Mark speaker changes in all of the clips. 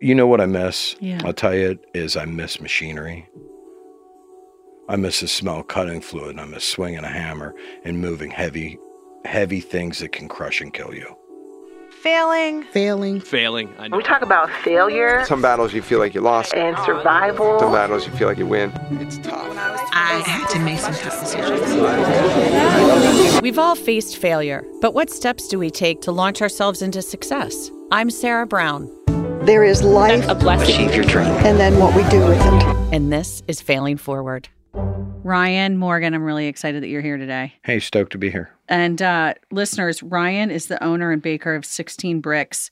Speaker 1: You know what I miss?
Speaker 2: Yeah.
Speaker 1: I'll tell you, is I miss machinery. I miss the smell of cutting fluid. And I miss swinging a hammer and moving heavy, heavy things that can crush and kill you.
Speaker 2: Failing.
Speaker 3: Failing.
Speaker 4: Failing. I know.
Speaker 5: We talk about failure
Speaker 6: Some battles you feel like you lost.
Speaker 5: and survival.
Speaker 6: Some battles you feel like you win. It's tough.
Speaker 7: I had to make some tough decisions.
Speaker 2: We've all faced failure, but what steps do we take to launch ourselves into success? I'm Sarah Brown,
Speaker 8: There is life. A blessing. Achieve your dream. And then what we do with it.
Speaker 2: and this is Failing Forward.
Speaker 9: Ryan Morgan, I'm really excited that you're here today.
Speaker 1: Hey, stoked to be here.
Speaker 9: And uh, listeners, Ryan is the owner and baker of 16 Bricks.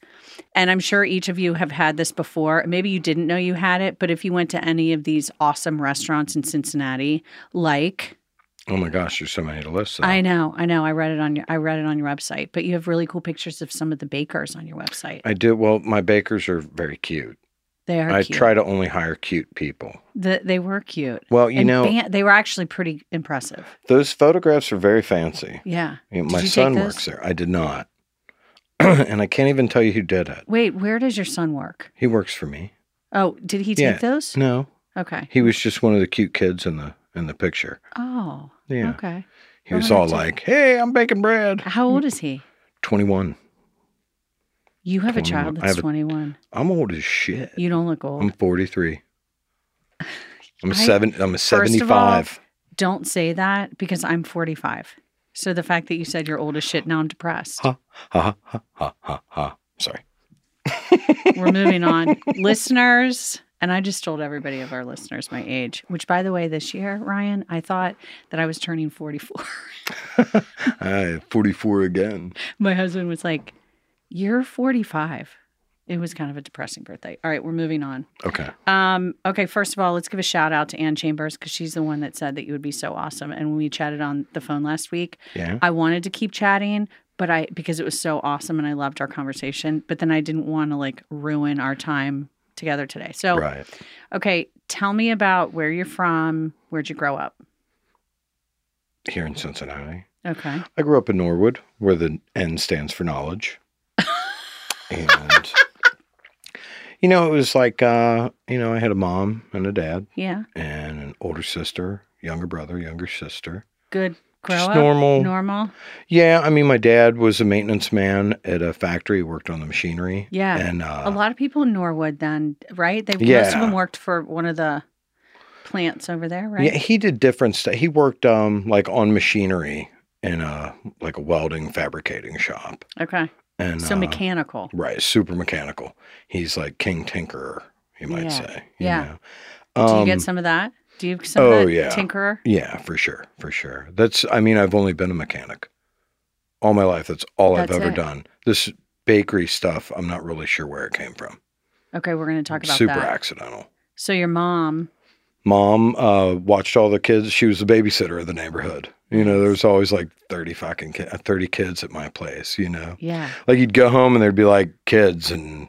Speaker 9: And I'm sure each of you have had this before. Maybe you didn't know you had it, but if you went to any of these awesome restaurants in Cincinnati, like
Speaker 1: Oh my gosh, there's so many to list. though.
Speaker 9: I know, I know, I read it on your I read it on your website, but you have really cool pictures of some of the bakers on your website.
Speaker 1: I do. Well, my bakers are very cute.
Speaker 9: They are
Speaker 1: I
Speaker 9: cute.
Speaker 1: try to only hire cute people.
Speaker 9: The, they were cute.
Speaker 1: Well, you
Speaker 9: And
Speaker 1: know,
Speaker 9: ban- they were actually pretty impressive.
Speaker 1: those photographs are very fancy.
Speaker 9: Yeah.
Speaker 1: You know,
Speaker 9: Did
Speaker 1: my
Speaker 9: you take
Speaker 1: son
Speaker 9: those?
Speaker 1: works there. I did not. and I can't even tell you who did it.
Speaker 9: Wait, where does your son work?
Speaker 1: He works for me.
Speaker 9: Oh, did he take
Speaker 1: Yeah.
Speaker 9: those?
Speaker 1: No,
Speaker 9: Okay.
Speaker 1: he was just one of the cute kids in the in the picture.
Speaker 9: Oh.
Speaker 1: Yeah,
Speaker 9: Okay.
Speaker 1: he
Speaker 9: Oh,
Speaker 1: was
Speaker 9: that's
Speaker 1: all
Speaker 9: a-
Speaker 1: like, "Hey, I'm baking bread."
Speaker 9: How old is he?
Speaker 1: Twenty one.
Speaker 9: You have a
Speaker 1: 21.
Speaker 9: child
Speaker 1: I
Speaker 9: that's
Speaker 1: have a-
Speaker 9: 21.
Speaker 1: I'm old as shit.
Speaker 9: You don't look old.
Speaker 1: I'm forty three. I'm
Speaker 9: I-
Speaker 1: seven. I'm a
Speaker 9: all,
Speaker 1: seventy five.
Speaker 9: don't say that because I'm 45. So the fact that you said you're old as shit, now I'm depressed.
Speaker 1: Ha ha ha ha ha ha. Sorry.
Speaker 9: We're moving on. listeners, and I just told everybody of our listeners my age, which by the way, this year, Ryan, I thought that I was turning 44.
Speaker 1: I forty four again.
Speaker 9: my husband was like, You're 45. It was kind of a depressing birthday. All right, we're moving on.
Speaker 1: Okay.
Speaker 9: Um, okay, first of all, let's give a shout out to Ann Chambers because she's the one that said that you would be so awesome. And when we chatted on the phone last week,
Speaker 1: Yeah.
Speaker 9: I wanted to keep chatting, but I because it was so awesome and I loved our conversation, but then I didn't want to like ruin our time together today. So,
Speaker 1: Right.
Speaker 9: okay, tell me about where you're from, where'd you grow up?
Speaker 1: Here in Cincinnati.
Speaker 9: Okay.
Speaker 1: I grew up in Norwood, where the N stands for knowledge. and you know, it was like uh, you know, I had a mom and a dad
Speaker 9: Yeah.
Speaker 1: and an older sister, younger brother, younger sister.
Speaker 9: Good grow
Speaker 1: Just
Speaker 9: up.
Speaker 1: normal.
Speaker 9: Normal.
Speaker 1: Yeah, I mean my dad was a maintenance man at a factory, worked on the machinery.
Speaker 9: Yeah.
Speaker 1: And uh
Speaker 9: a lot of people in Norwood then, right? They most of
Speaker 1: Yeah.
Speaker 9: them worked for one of the plants over there, right?
Speaker 1: Yeah, he did different stuff. He worked um like on machinery in a like a welding fabricating shop.
Speaker 9: Okay.
Speaker 1: And
Speaker 9: So
Speaker 1: uh,
Speaker 9: mechanical.
Speaker 1: Right, super mechanical. He's like king tinkerer, you might
Speaker 9: Yeah,
Speaker 1: say. you
Speaker 9: yeah.
Speaker 1: know.
Speaker 9: Do you
Speaker 1: Um,
Speaker 9: get some of that? Do you have some
Speaker 1: oh,
Speaker 9: of that
Speaker 1: yeah.
Speaker 9: tinkerer?
Speaker 1: Yeah, for sure, for sure. That's. I mean, I've only been a mechanic all my life. That's all
Speaker 9: That's
Speaker 1: I've ever
Speaker 9: it.
Speaker 1: done. This bakery stuff, I'm not really sure where it came from.
Speaker 9: Okay, we're going to talk about
Speaker 1: super
Speaker 9: that.
Speaker 1: accidental.
Speaker 9: So your mom,
Speaker 1: Mom uh, watched all the kids. She was the babysitter of the neighborhood. You know, there was always like thirty fucking ki- uh, thirty kids at my place. You know,
Speaker 9: yeah,
Speaker 1: like you'd go home and there'd be like kids and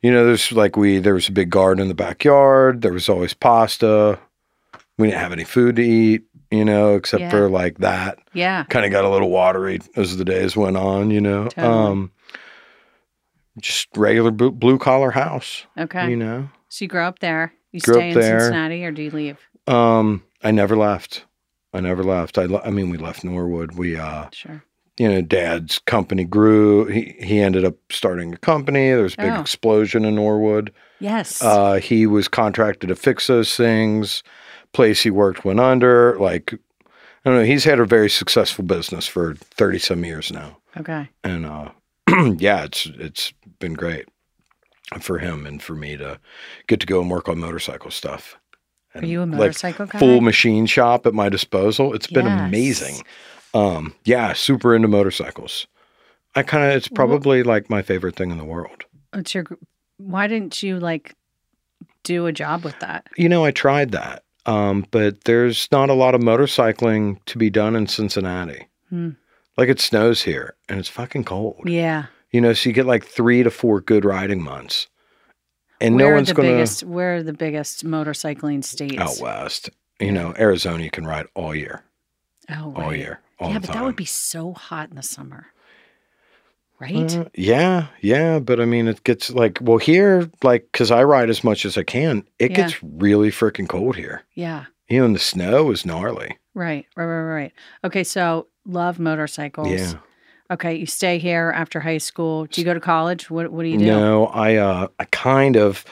Speaker 1: you know there's like we there was a big garden in the backyard there was always pasta we didn't have any food to eat you know except
Speaker 9: Yeah.
Speaker 1: for like that
Speaker 9: yeah,
Speaker 1: kind of got a little watery as the days went on you know
Speaker 9: Totally.
Speaker 1: um just regular blue collar house
Speaker 9: okay.
Speaker 1: you know
Speaker 9: so you grow up there. You
Speaker 1: Grew up
Speaker 9: stay in
Speaker 1: there.
Speaker 9: Cincinnati, or do you leave?
Speaker 1: um i never left i never left i, le- I mean we left norwood we uh
Speaker 9: Sure.
Speaker 1: you know, dad's company grew. He he ended up starting a company. There was a big
Speaker 9: Oh.
Speaker 1: explosion in Norwood.
Speaker 9: Yes.
Speaker 1: Uh, he was contracted to fix those things. Place he worked went under. Like I don't know. He's had a very successful business for thirty some years now,
Speaker 9: okay.
Speaker 1: and uh, yeah, it's it's been great for him and for me to get to go and work on motorcycle stuff.
Speaker 9: Are you a
Speaker 1: like,
Speaker 9: motorcycle guy?
Speaker 1: Full machine shop at my disposal. It's been
Speaker 9: Yes.
Speaker 1: amazing. Um, yeah, super into motorcycles. I kind of it's probably like my favorite thing in the world.
Speaker 9: What's your? gr- Why didn't you like do a job with that?
Speaker 1: You know, I tried that, um, but there's not a lot of motorcycling to be done in Cincinnati.
Speaker 9: Hmm.
Speaker 1: Like it snows here and it's fucking cold.
Speaker 9: Yeah.
Speaker 1: You know, so you get like three to four good riding months, and
Speaker 9: where
Speaker 1: no
Speaker 9: are
Speaker 1: one's
Speaker 9: the
Speaker 1: going to
Speaker 9: biggest? Where are the biggest motorcycling states?
Speaker 1: out west. You know, Arizona you can ride all year,
Speaker 9: Oh,
Speaker 1: all
Speaker 9: right.
Speaker 1: year, all
Speaker 9: yeah,
Speaker 1: the
Speaker 9: but
Speaker 1: time.
Speaker 9: that would be so hot in the summer. right?
Speaker 1: Uh, yeah, yeah, but I mean, it gets like well here, like because I ride as much as I can, it
Speaker 9: Yeah.
Speaker 1: gets really freaking cold here.
Speaker 9: Yeah.
Speaker 1: You know, and the snow is gnarly.
Speaker 9: Right. Right. Right. Right. Okay. So love motorcycles.
Speaker 1: Yeah.
Speaker 9: Okay. You stay here after high school. Do you go to college? What What do you do?
Speaker 1: No, I uh, I kind of,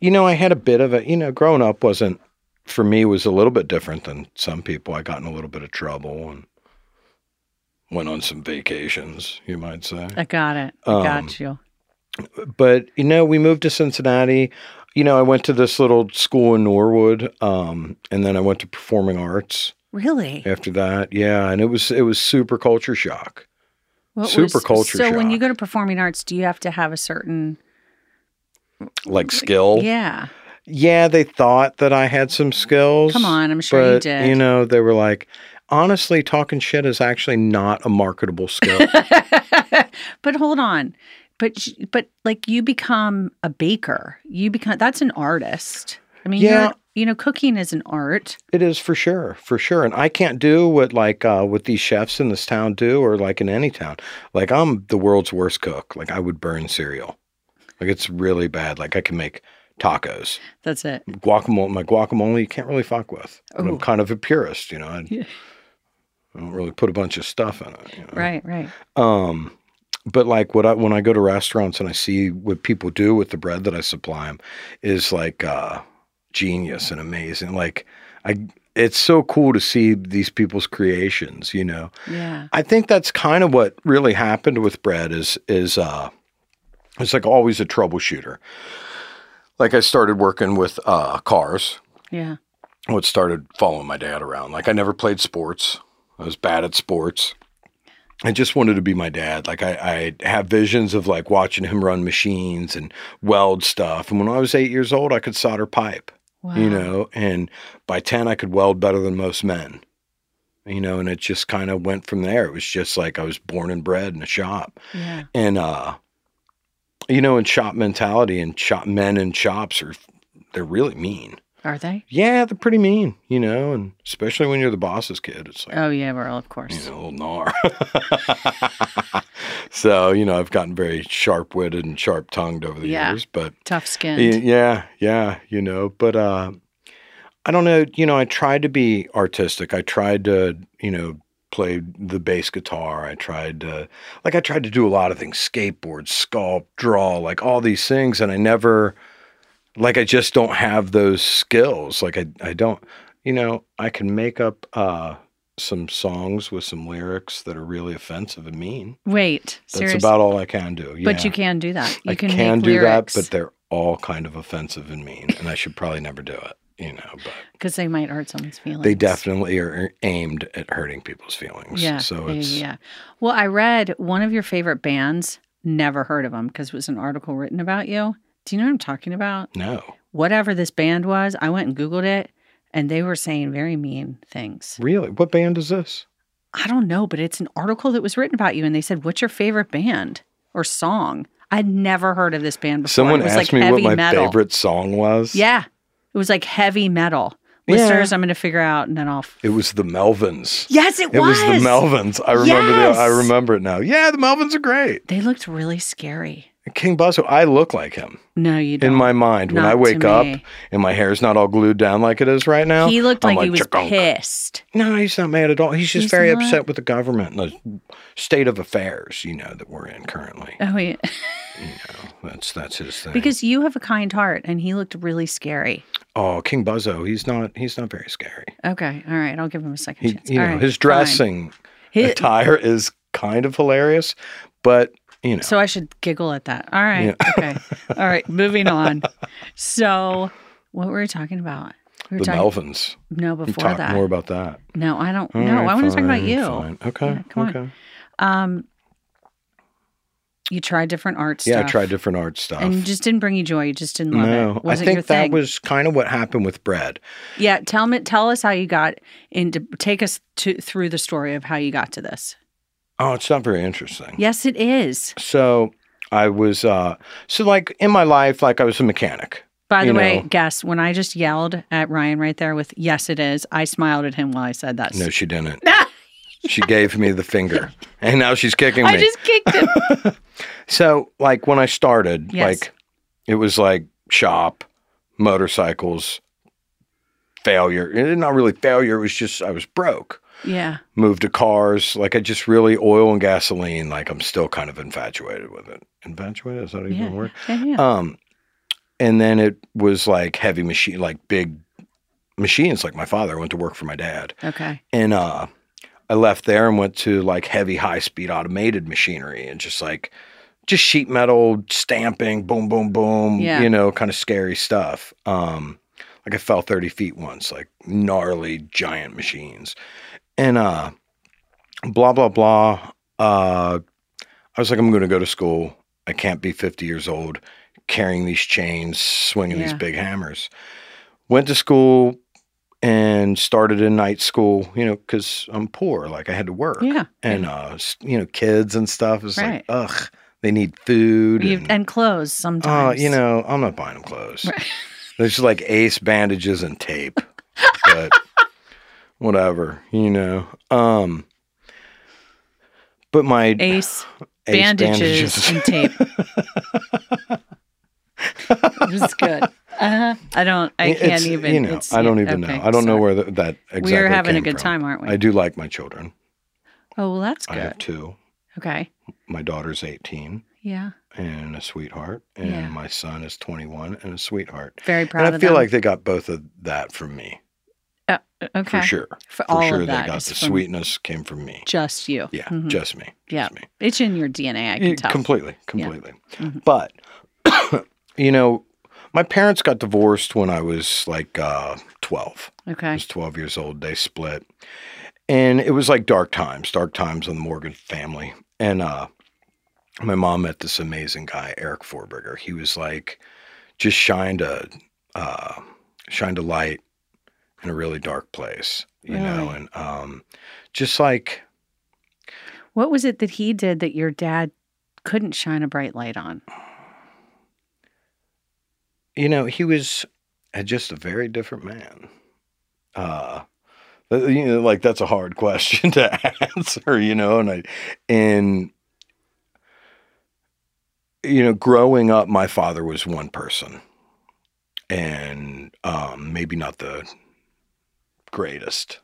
Speaker 1: you know, I had a bit of a, you know, growing up wasn't for me was a little bit different than some people. I got in a little bit of trouble and went on some vacations, you might say.
Speaker 9: I got it. I
Speaker 1: Um,
Speaker 9: got you.
Speaker 1: But you know, we moved to Cincinnati. You know, I went to this little school in Norwood, um, and then I went to performing arts
Speaker 9: Really?
Speaker 1: after that. Yeah, and it was it was super culture shock. super culture
Speaker 9: So when you
Speaker 1: shock.
Speaker 9: go to performing arts, do you have to have a certain?
Speaker 1: Like skill.
Speaker 9: Yeah.
Speaker 1: yeah, they thought that I had some skills.
Speaker 9: Come on, I'm sure you
Speaker 1: but,
Speaker 9: did.
Speaker 1: You know, they were like, honestly, talking shit is actually not a marketable skill.
Speaker 9: but hold on. But sh- but like you become a baker. You become that's an artist. I mean,
Speaker 1: Yeah.
Speaker 9: you're- you know, cooking is an art.
Speaker 1: it is for sure, for sure. And I can't do what like uh, what these chefs in this town do, or like in any town. Like I'm the world's worst cook. Like I would burn cereal. Like it's really bad. Like I can make tacos,
Speaker 9: That's it.
Speaker 1: guacamole. My guacamole, you can't really fuck with. But
Speaker 9: Ooh.
Speaker 1: I'm kind of a purist, you know. I,
Speaker 9: Yeah.
Speaker 1: I don't really put a bunch of stuff in it. You know?
Speaker 9: Right, right.
Speaker 1: Um, but like what I when I go to restaurants and I see what people do with the bread that I supply them is like uh, genius and amazing. Like I, it's so cool to see these people's creations. You know,
Speaker 9: Yeah.
Speaker 1: I think that's kind of what really happened with bread is is uh it's like always a troubleshooter. Like I started working with uh cars.
Speaker 9: Yeah.
Speaker 1: What started following my dad around. Like I never played sports. I was bad at sports. I just wanted to be my dad. Like I, I have visions of like watching him run machines and weld stuff. And when I was eight years old, I could solder pipe
Speaker 9: Wow.
Speaker 1: you know, and by 10, I could weld better than most men, you know, and it just kind of went from there. It was just like I was born and bred in a shop.
Speaker 9: Yeah.
Speaker 1: And, uh, you know, in shop mentality and shop men in shops are, they're really mean.
Speaker 9: Are they?
Speaker 1: Yeah, they're pretty mean, you know, and especially when you're the boss's kid, it's like,
Speaker 9: Oh yeah, well, of course.
Speaker 1: you know, old gnar. so, you know, I've gotten very sharp witted and sharp tongued over the
Speaker 9: Yeah.
Speaker 1: years, but
Speaker 9: Tough skin.
Speaker 1: Y- yeah yeah you know but uh i don't know you know i tried to be artistic i tried to you know play the bass guitar i tried to like i tried to do a lot of things skateboard sculpt draw like all these things and i never like i just don't have those skills like i, I don't you know i can make up uh some songs with some lyrics that are really offensive and mean
Speaker 9: Wait,
Speaker 1: that's
Speaker 9: seriously.
Speaker 1: about all i can do yeah.
Speaker 9: But you can do that. You
Speaker 1: I
Speaker 9: can,
Speaker 1: can,
Speaker 9: make
Speaker 1: do
Speaker 9: lyrics
Speaker 1: that, but they're all kind of offensive and mean, and I should probably never do it. You know, but
Speaker 9: because they might hurt someone's feelings.
Speaker 1: they definitely are aimed at hurting people's feelings.
Speaker 9: Yeah.
Speaker 1: So
Speaker 9: yeah,
Speaker 1: it's
Speaker 9: yeah. Well, I read one of your favorite bands. Never heard of them because it was an article written about you. Do you know what I'm talking about?
Speaker 1: no,
Speaker 9: Whatever this band was, I went and Googled it, and they were saying very mean things.
Speaker 1: really. What band is this?
Speaker 9: I don't know, but it's an article that was written about you, and they said, "What's your favorite band or song?" I'd never heard of this band before.
Speaker 1: Someone
Speaker 9: it was
Speaker 1: asked
Speaker 9: like
Speaker 1: me
Speaker 9: heavy
Speaker 1: what my
Speaker 9: metal.
Speaker 1: favorite song was.
Speaker 9: Yeah, it was like heavy metal.
Speaker 1: Yeah.
Speaker 9: Listeners, I'm going to figure out, and then I'll.
Speaker 1: it was the Melvins.
Speaker 9: Yes, it,
Speaker 1: It was the Melvins. I remember. The, I
Speaker 9: Yes.
Speaker 1: remember it now. Yeah, the Melvins are great.
Speaker 9: They looked really scary.
Speaker 1: King Buzzsaw. I look like him
Speaker 9: No, you don't.
Speaker 1: in my mind when
Speaker 9: Not
Speaker 1: I
Speaker 9: to
Speaker 1: wake up
Speaker 9: me.
Speaker 1: and my hair's not all glued down like it is right now.
Speaker 9: he looked
Speaker 1: I'm
Speaker 9: like, he was
Speaker 1: "Chakunk."
Speaker 9: pissed.
Speaker 1: No, he's not mad at all. He's just
Speaker 9: He's
Speaker 1: very
Speaker 9: not?
Speaker 1: upset with the government and the state of affairs, you know, that we're in currently.
Speaker 9: Oh, yeah.
Speaker 1: That's that's his thing.
Speaker 9: because you have a kind heart, and he looked really scary.
Speaker 1: oh, King Buzzo, he's not he's not very scary.
Speaker 9: Okay, all right, I'll give him a second
Speaker 1: He,
Speaker 9: chance.
Speaker 1: you
Speaker 9: All
Speaker 1: know,
Speaker 9: right,
Speaker 1: his
Speaker 9: fine.
Speaker 1: dressing
Speaker 9: He-
Speaker 1: attire is kind of hilarious, but you know,
Speaker 9: So I should giggle at that. All right. Okay. All right. Moving on. So, what were we talking about? We were
Speaker 1: the
Speaker 9: talking
Speaker 1: Melvins.
Speaker 9: no
Speaker 1: We
Speaker 9: before
Speaker 1: talk
Speaker 9: that.
Speaker 1: more about that.
Speaker 9: no, I don't.
Speaker 1: All
Speaker 9: no,
Speaker 1: right,
Speaker 9: I want to talk about
Speaker 1: fine,
Speaker 9: you.
Speaker 1: fine. Okay.
Speaker 9: Yeah, come on.
Speaker 1: okay.
Speaker 9: Um, you tried different art
Speaker 1: Yeah,
Speaker 9: stuff.
Speaker 1: I tried different art stuff.
Speaker 9: and it just didn't bring you joy. You just didn't love
Speaker 1: no,
Speaker 9: it. Was
Speaker 1: I
Speaker 9: it
Speaker 1: think
Speaker 9: your
Speaker 1: that
Speaker 9: thing?
Speaker 1: was kind of what happened with bread.
Speaker 9: Yeah, tell me, tell us how you got into. Take us to through the story of how you got to this.
Speaker 1: Oh, it's not very interesting.
Speaker 9: Yes, it is.
Speaker 1: So I was uh so like in my life, like I was a mechanic.
Speaker 9: By the
Speaker 1: You
Speaker 9: way,
Speaker 1: know.
Speaker 9: guess when I just yelled at Ryan right there with "Yes, it is," I smiled at him while I said that.
Speaker 1: No, she didn't. She gave me the finger, and now she's kicking me.
Speaker 9: I just kicked it.
Speaker 1: So, like when I started,
Speaker 9: Yes.
Speaker 1: like it was like shop, motorcycles, failure. It- Not really failure. It was just I was broke.
Speaker 9: yeah.
Speaker 1: Moved to cars. Like I just really oil and gasoline. Like I'm still kind of infatuated with it. Infatuated is that even
Speaker 9: Yeah.
Speaker 1: a word?
Speaker 9: Yeah. yeah.
Speaker 1: Um, and then it was like heavy machine, like big machines. Like my father I went to work for my dad,
Speaker 9: okay.
Speaker 1: and uh, I left there and went to like heavy, high speed automated machinery and just like just sheet metal stamping, boom, boom, boom.
Speaker 9: Yeah.
Speaker 1: You know, kind of scary stuff. Um, like I fell thirty feet once, like gnarly giant machines, and uh, blah blah blah. Uh, I was like, I'm going to go to school. I can't be 50 years old carrying these chains, swinging these
Speaker 9: Yeah.
Speaker 1: big hammers. Went to school and started in night school, you know, because I'm poor. Like I had to work.
Speaker 9: Yeah.
Speaker 1: And, uh, s- you know, kids and stuff is
Speaker 9: Right.
Speaker 1: like, ugh, they need food.
Speaker 9: You, and clothes
Speaker 1: oh,
Speaker 9: sometimes.
Speaker 1: uh, you know, I'm not buying them clothes. There's like ace bandages and tape, but whatever, you know. Um, but my
Speaker 9: Ace,
Speaker 1: Ace
Speaker 9: bandages, and tape. it was good. Uh-huh. I don't. I
Speaker 1: It's-
Speaker 9: can't even.
Speaker 1: You know,
Speaker 9: it's-
Speaker 1: I don't
Speaker 9: yeah,
Speaker 1: even
Speaker 9: okay,
Speaker 1: know. I don't know
Speaker 9: sorry.
Speaker 1: where th- that exactly.
Speaker 9: We're having a
Speaker 1: came
Speaker 9: good
Speaker 1: from.
Speaker 9: time, aren't we?
Speaker 1: I do like my children.
Speaker 9: Oh well, that's
Speaker 1: I have
Speaker 9: good.
Speaker 1: two.
Speaker 9: Okay.
Speaker 1: My daughter's 18
Speaker 9: Yeah.
Speaker 1: and a sweetheart, and
Speaker 9: Yeah.
Speaker 1: my son is 21 and a sweetheart.
Speaker 9: Very proud
Speaker 1: and I
Speaker 9: of
Speaker 1: feel
Speaker 9: them.
Speaker 1: like they got both of that from me
Speaker 9: okay.
Speaker 1: for sure.
Speaker 9: For,
Speaker 1: For
Speaker 9: all
Speaker 1: sure,
Speaker 9: of
Speaker 1: they
Speaker 9: that
Speaker 1: got
Speaker 9: is
Speaker 1: the
Speaker 9: from
Speaker 1: sweetness came from me.
Speaker 9: Just you.
Speaker 1: Yeah,
Speaker 9: Mhm.
Speaker 1: just me.
Speaker 9: Yeah.
Speaker 1: Just me.
Speaker 9: It's in your DNA. I can
Speaker 1: It-
Speaker 9: tell. Mm-hmm.
Speaker 1: Completely, completely. But you know, my parents got divorced when I was like uh, 12. I
Speaker 9: Okay.
Speaker 1: was 12 years old. They split. And it was like dark times, dark times on the Morgan family. And uh, my mom met this amazing guy, Eric Forberger. He was like, just shined a, uh, shined a light in a really dark place, you know,
Speaker 9: Really?
Speaker 1: and um, just like,
Speaker 9: What was it that he did that your dad couldn't shine a bright light on?
Speaker 1: you know, he was uh, just a very different man. Uh, th- you know, like that's a hard question to answer, you know, and I, and you know, growing up, my father was one person, and um, maybe not the greatest.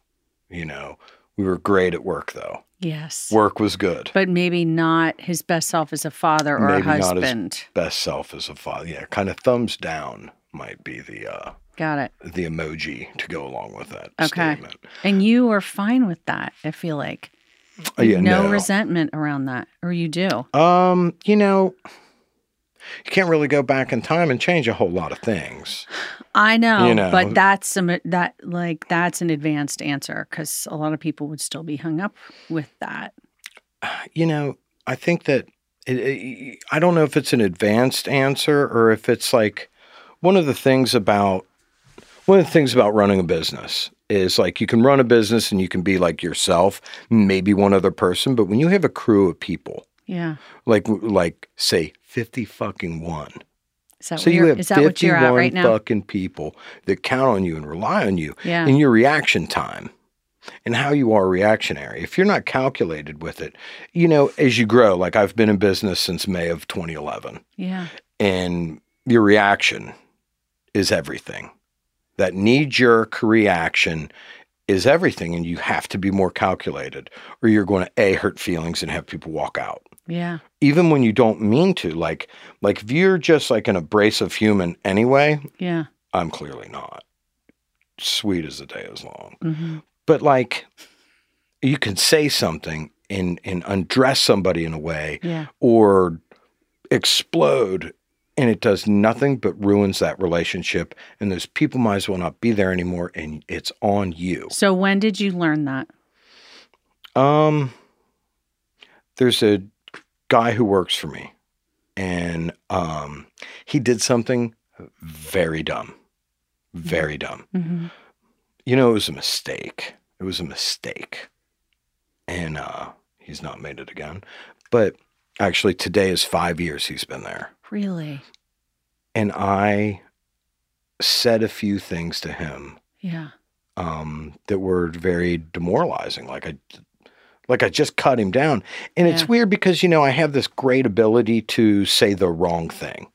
Speaker 1: You know, we were great at work though.
Speaker 9: Yes.
Speaker 1: Work was good.
Speaker 9: But maybe not his best self as a father or a
Speaker 1: Maybe not as-
Speaker 9: husband.
Speaker 1: Best self as a father. Yeah, kind of thumbs down might be the uh,
Speaker 9: Got it.
Speaker 1: the emoji to go along with that
Speaker 9: Okay.
Speaker 1: statement.
Speaker 9: And you were fine with that, I feel like.
Speaker 1: Oh, yeah,
Speaker 9: no,
Speaker 1: no.
Speaker 9: resentment around that. Or you do.
Speaker 1: Um, you know, you can't really go back in time and change a whole lot of things.
Speaker 9: I know,
Speaker 1: You know.
Speaker 9: but that's some that like that's an advanced answer because a lot of people would still be hung up with that.
Speaker 1: You know, I think that it, it, I don't know if it's an advanced answer or if it's like one of the things about one of the things about running a business is like you can run a business and you can be like yourself, maybe one other person, but when you have a crew of people,
Speaker 9: Yeah.
Speaker 1: like like say 50 fucking one
Speaker 9: Is that,
Speaker 1: So
Speaker 9: where
Speaker 1: you
Speaker 9: you're,
Speaker 1: have
Speaker 9: is that what you're at
Speaker 1: 51
Speaker 9: right now?
Speaker 1: fucking people that count on you and rely on you
Speaker 9: Yeah.
Speaker 1: and your reaction time and how you are reactionary. If you're not calculated with it, you know, as you grow, like I've been in business since May of 2011
Speaker 9: yeah.
Speaker 1: and your reaction is everything. That knee jerk reaction is everything and you have to be more calculated or you're going to a hurt feelings and have people walk out
Speaker 9: Yeah.
Speaker 1: even when you don't mean to like like if you're just like an abrasive human anyway
Speaker 9: Yeah.
Speaker 1: i'm clearly not sweet as the day is long
Speaker 9: hmm
Speaker 1: but like you can say something and and undress somebody in a way
Speaker 9: Yeah.
Speaker 1: or explode and it does nothing but ruins that relationship and those people might as well not be there anymore and it's on you
Speaker 9: So when did you learn that?
Speaker 1: Um, there's a guy who works for me, and um, he did something very dumb, very dumb.
Speaker 9: Mm-hmm.
Speaker 1: You know, it was a mistake. It was a mistake, and uh, he's not made it again. But actually, today is five years he's been there,
Speaker 9: Really?
Speaker 1: and I said a few things to him
Speaker 9: Yeah.
Speaker 1: um, that were very demoralizing. Like I, Like I just cut him down. And
Speaker 9: Yeah.
Speaker 1: it's weird because, you know, I have this great ability to say the wrong thing.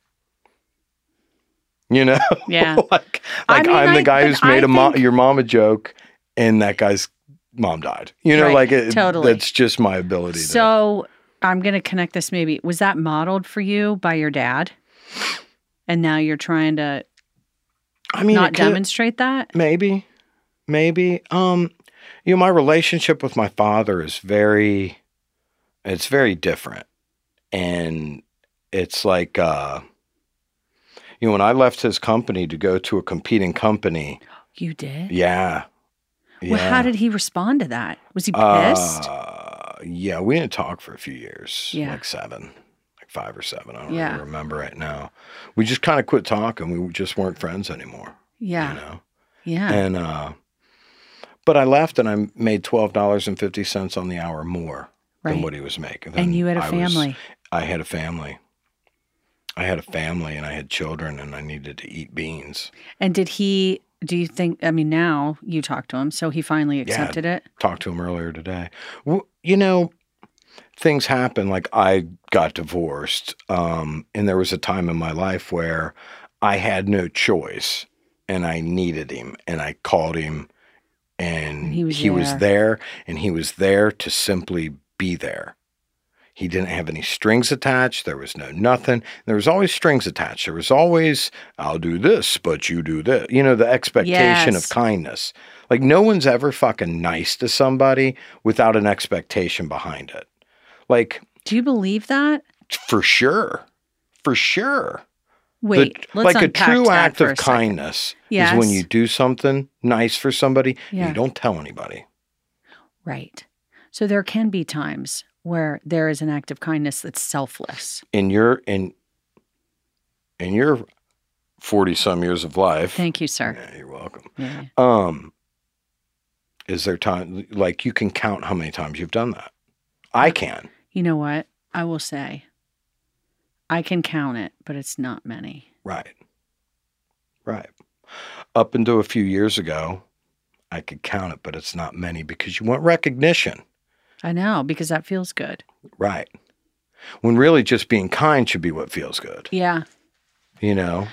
Speaker 1: You know?
Speaker 9: Yeah.
Speaker 1: like like
Speaker 9: I
Speaker 1: I
Speaker 9: mean,
Speaker 1: am
Speaker 9: I
Speaker 1: the guy
Speaker 9: think-
Speaker 1: who's made
Speaker 9: I
Speaker 1: a mo-
Speaker 9: think-
Speaker 1: your mama joke and that guy's mom died. You know,
Speaker 9: Right,
Speaker 1: like it,
Speaker 9: totally.
Speaker 1: that's just my ability to
Speaker 9: So I'm going to connect this maybe. Was that modeled for you by your dad? And now you're trying to
Speaker 1: I mean,
Speaker 9: not
Speaker 1: it could-
Speaker 9: demonstrate that?
Speaker 1: maybe maybe um you know my relationship with my father is very it's very different and it's like uh you know when i left his company to go to a competing company
Speaker 9: You did?
Speaker 1: yeah
Speaker 9: Well, how did he respond to that? Was he
Speaker 1: Ah.
Speaker 9: pissed?
Speaker 1: uh, yeah we didn't talk for a few years
Speaker 9: Yeah.
Speaker 1: like seven like five or seven i don't
Speaker 9: Yeah.
Speaker 1: really remember right now we just kind of quit talking we just weren't friends anymore you
Speaker 9: yeah.
Speaker 1: know
Speaker 9: Yeah.
Speaker 1: and uh but I left and I made twelve dollars and fifty cents on the hour more
Speaker 9: Right.
Speaker 1: than what he was making. than
Speaker 9: And you had a
Speaker 1: I was-
Speaker 9: family.
Speaker 1: I had a family. I had a family and I had children and I needed to eat beans.
Speaker 9: And did he, do you think, I mean, now you talked to him, so he finally accepted it?
Speaker 1: Talked to him earlier today. W- You know, things happen. Like I got divorced, um, and there was a time in my life where I had no choice, and I needed him, and I called him, and
Speaker 9: And he was there.
Speaker 1: there, and he was there to simply be there. He didn't have any strings attached. There was no nothing. There was always strings attached. There was always, I'll do this, but you do this. You know, the expectation
Speaker 9: Yes.
Speaker 1: of kindness. Like, no one's ever fucking nice to somebody without an expectation behind it. Like,
Speaker 9: Do you believe that?
Speaker 1: for sure. For sure. The-
Speaker 9: Wait, let's
Speaker 1: like a
Speaker 9: unpack
Speaker 1: true
Speaker 9: that
Speaker 1: act
Speaker 9: for
Speaker 1: of
Speaker 9: a second.
Speaker 1: kindness
Speaker 9: Yes.
Speaker 1: is when you do something nice for somebody and
Speaker 9: Yeah.
Speaker 1: you don't tell anybody.
Speaker 9: Right. So there can be times where there is an act of kindness that's selfless.
Speaker 1: In your in in your forty some years of life.
Speaker 9: Thank you, sir.
Speaker 1: yeah, you're welcome.
Speaker 9: Yeah.
Speaker 1: Um, is there time? Like you can count how many times you've done that. I can.
Speaker 9: You know what? I will say, I can count it, but it's not many.
Speaker 1: Right. Right. Up until a few years ago, I could count it, but it's not many because you want recognition.
Speaker 9: I know because that feels good.
Speaker 1: Right. When really just being kind should be what feels good.
Speaker 9: Yeah.
Speaker 1: You know,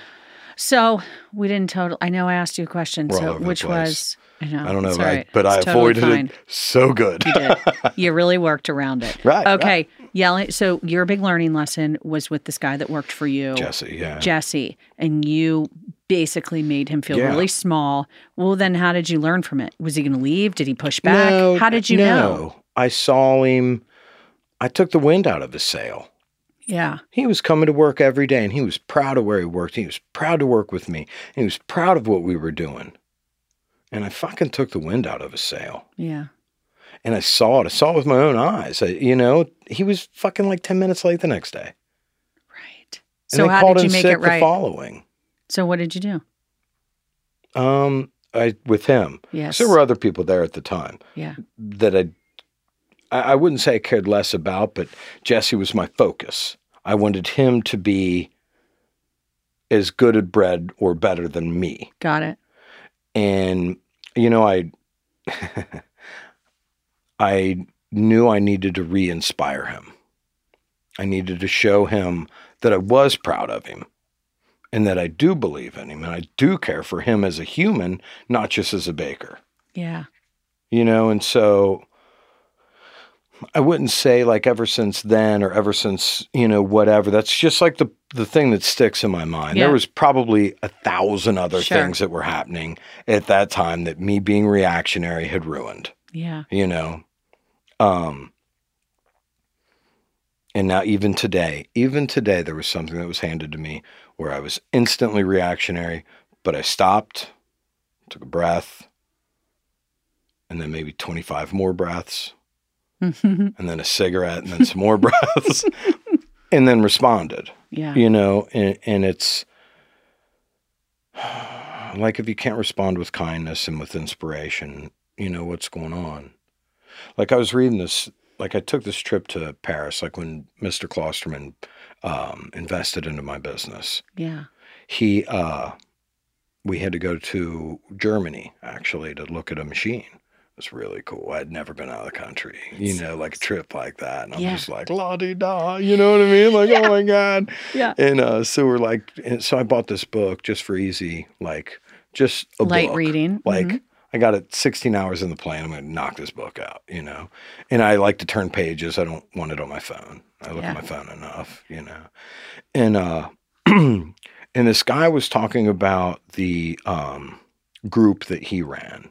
Speaker 9: So we didn't total. I know I asked you a question,
Speaker 1: We're all
Speaker 9: so
Speaker 1: over the
Speaker 9: which
Speaker 1: place.
Speaker 9: was I know.
Speaker 1: I don't know,
Speaker 9: it's
Speaker 1: but
Speaker 9: all
Speaker 1: I-
Speaker 9: right.
Speaker 1: but I
Speaker 9: It's totally
Speaker 1: avoided
Speaker 9: fine.
Speaker 1: it so good.
Speaker 9: You did. you really worked around it.
Speaker 1: Right, right.
Speaker 9: Okay. Yelling. So your big learning lesson was with this guy that worked for you.
Speaker 1: Jesse, yeah.
Speaker 9: Jesse, and you basically made him feel
Speaker 1: Yeah.
Speaker 9: really small. Well, then how did you learn from it? Was he going to leave? Did he push back?
Speaker 1: No,
Speaker 9: how did you
Speaker 1: no.
Speaker 9: know?
Speaker 1: I saw him. I took the wind out of his sail.
Speaker 9: Yeah.
Speaker 1: He was coming to work every day and he was proud of where he worked. He was proud to work with me. And he was proud of what we were doing. And I fucking took the wind out of his sail.
Speaker 9: Yeah.
Speaker 1: And I saw it. I saw it with my own eyes. I, you know, he was fucking like 10 minutes late the next day.
Speaker 9: Right.
Speaker 1: And
Speaker 9: So
Speaker 1: they
Speaker 9: how
Speaker 1: called
Speaker 9: did you
Speaker 1: in
Speaker 9: make
Speaker 1: sick
Speaker 9: it
Speaker 1: the
Speaker 9: right?
Speaker 1: following.
Speaker 9: So what did you do?
Speaker 1: Um, I, with him.
Speaker 9: Yes.
Speaker 1: There were other people there at the time
Speaker 9: Yeah.
Speaker 1: that I, I, I wouldn't say I cared less about, but Jesse was my focus. I wanted him to be as good at bread or better than me.
Speaker 9: Got it.
Speaker 1: and you know i i knew i needed to re-inspire him i needed to show him that i was proud of him and that i do believe in him and i do care for him as a human not just as a baker
Speaker 9: Yeah.
Speaker 1: you know and so i wouldn't say like ever since then or ever since you know whatever that's just like the the thing that sticks in my mind
Speaker 9: Yeah.
Speaker 1: there was probably a thousand other
Speaker 9: Sure.
Speaker 1: things that were happening at that time that me being reactionary had ruined
Speaker 9: Yeah.
Speaker 1: you know um and now even today even today there was something that was handed to me where i was instantly reactionary but i stopped took a breath and then maybe 25 more breaths and then a cigarette and then some more breaths and then responded
Speaker 9: yeah.
Speaker 1: you know and, and it's like if you can't respond with kindness and with inspiration you know what's going on like i was reading this like i took this trip to paris like when mr klosterman um, invested into my business
Speaker 9: Yeah.
Speaker 1: he uh we had to go to germany actually to look at a machine was really cool. I'd never been out of the country, you know, like a trip like that. And I'm
Speaker 9: Yeah.
Speaker 1: just like, la di da, you know what I mean? Like, oh my God.
Speaker 9: Yeah.
Speaker 1: And uh, so we're like, and so I bought this book just for easy, like just a
Speaker 9: Light
Speaker 1: book.
Speaker 9: reading. Mm-hmm.
Speaker 1: Like, I got it 16 hours in the plane. I'm going to knock this book out, you know? And I like to turn pages. I don't want it on my phone. I look
Speaker 9: Yeah.
Speaker 1: at my phone enough, you know? And, uh, and this guy was talking about the, um, group that he ran,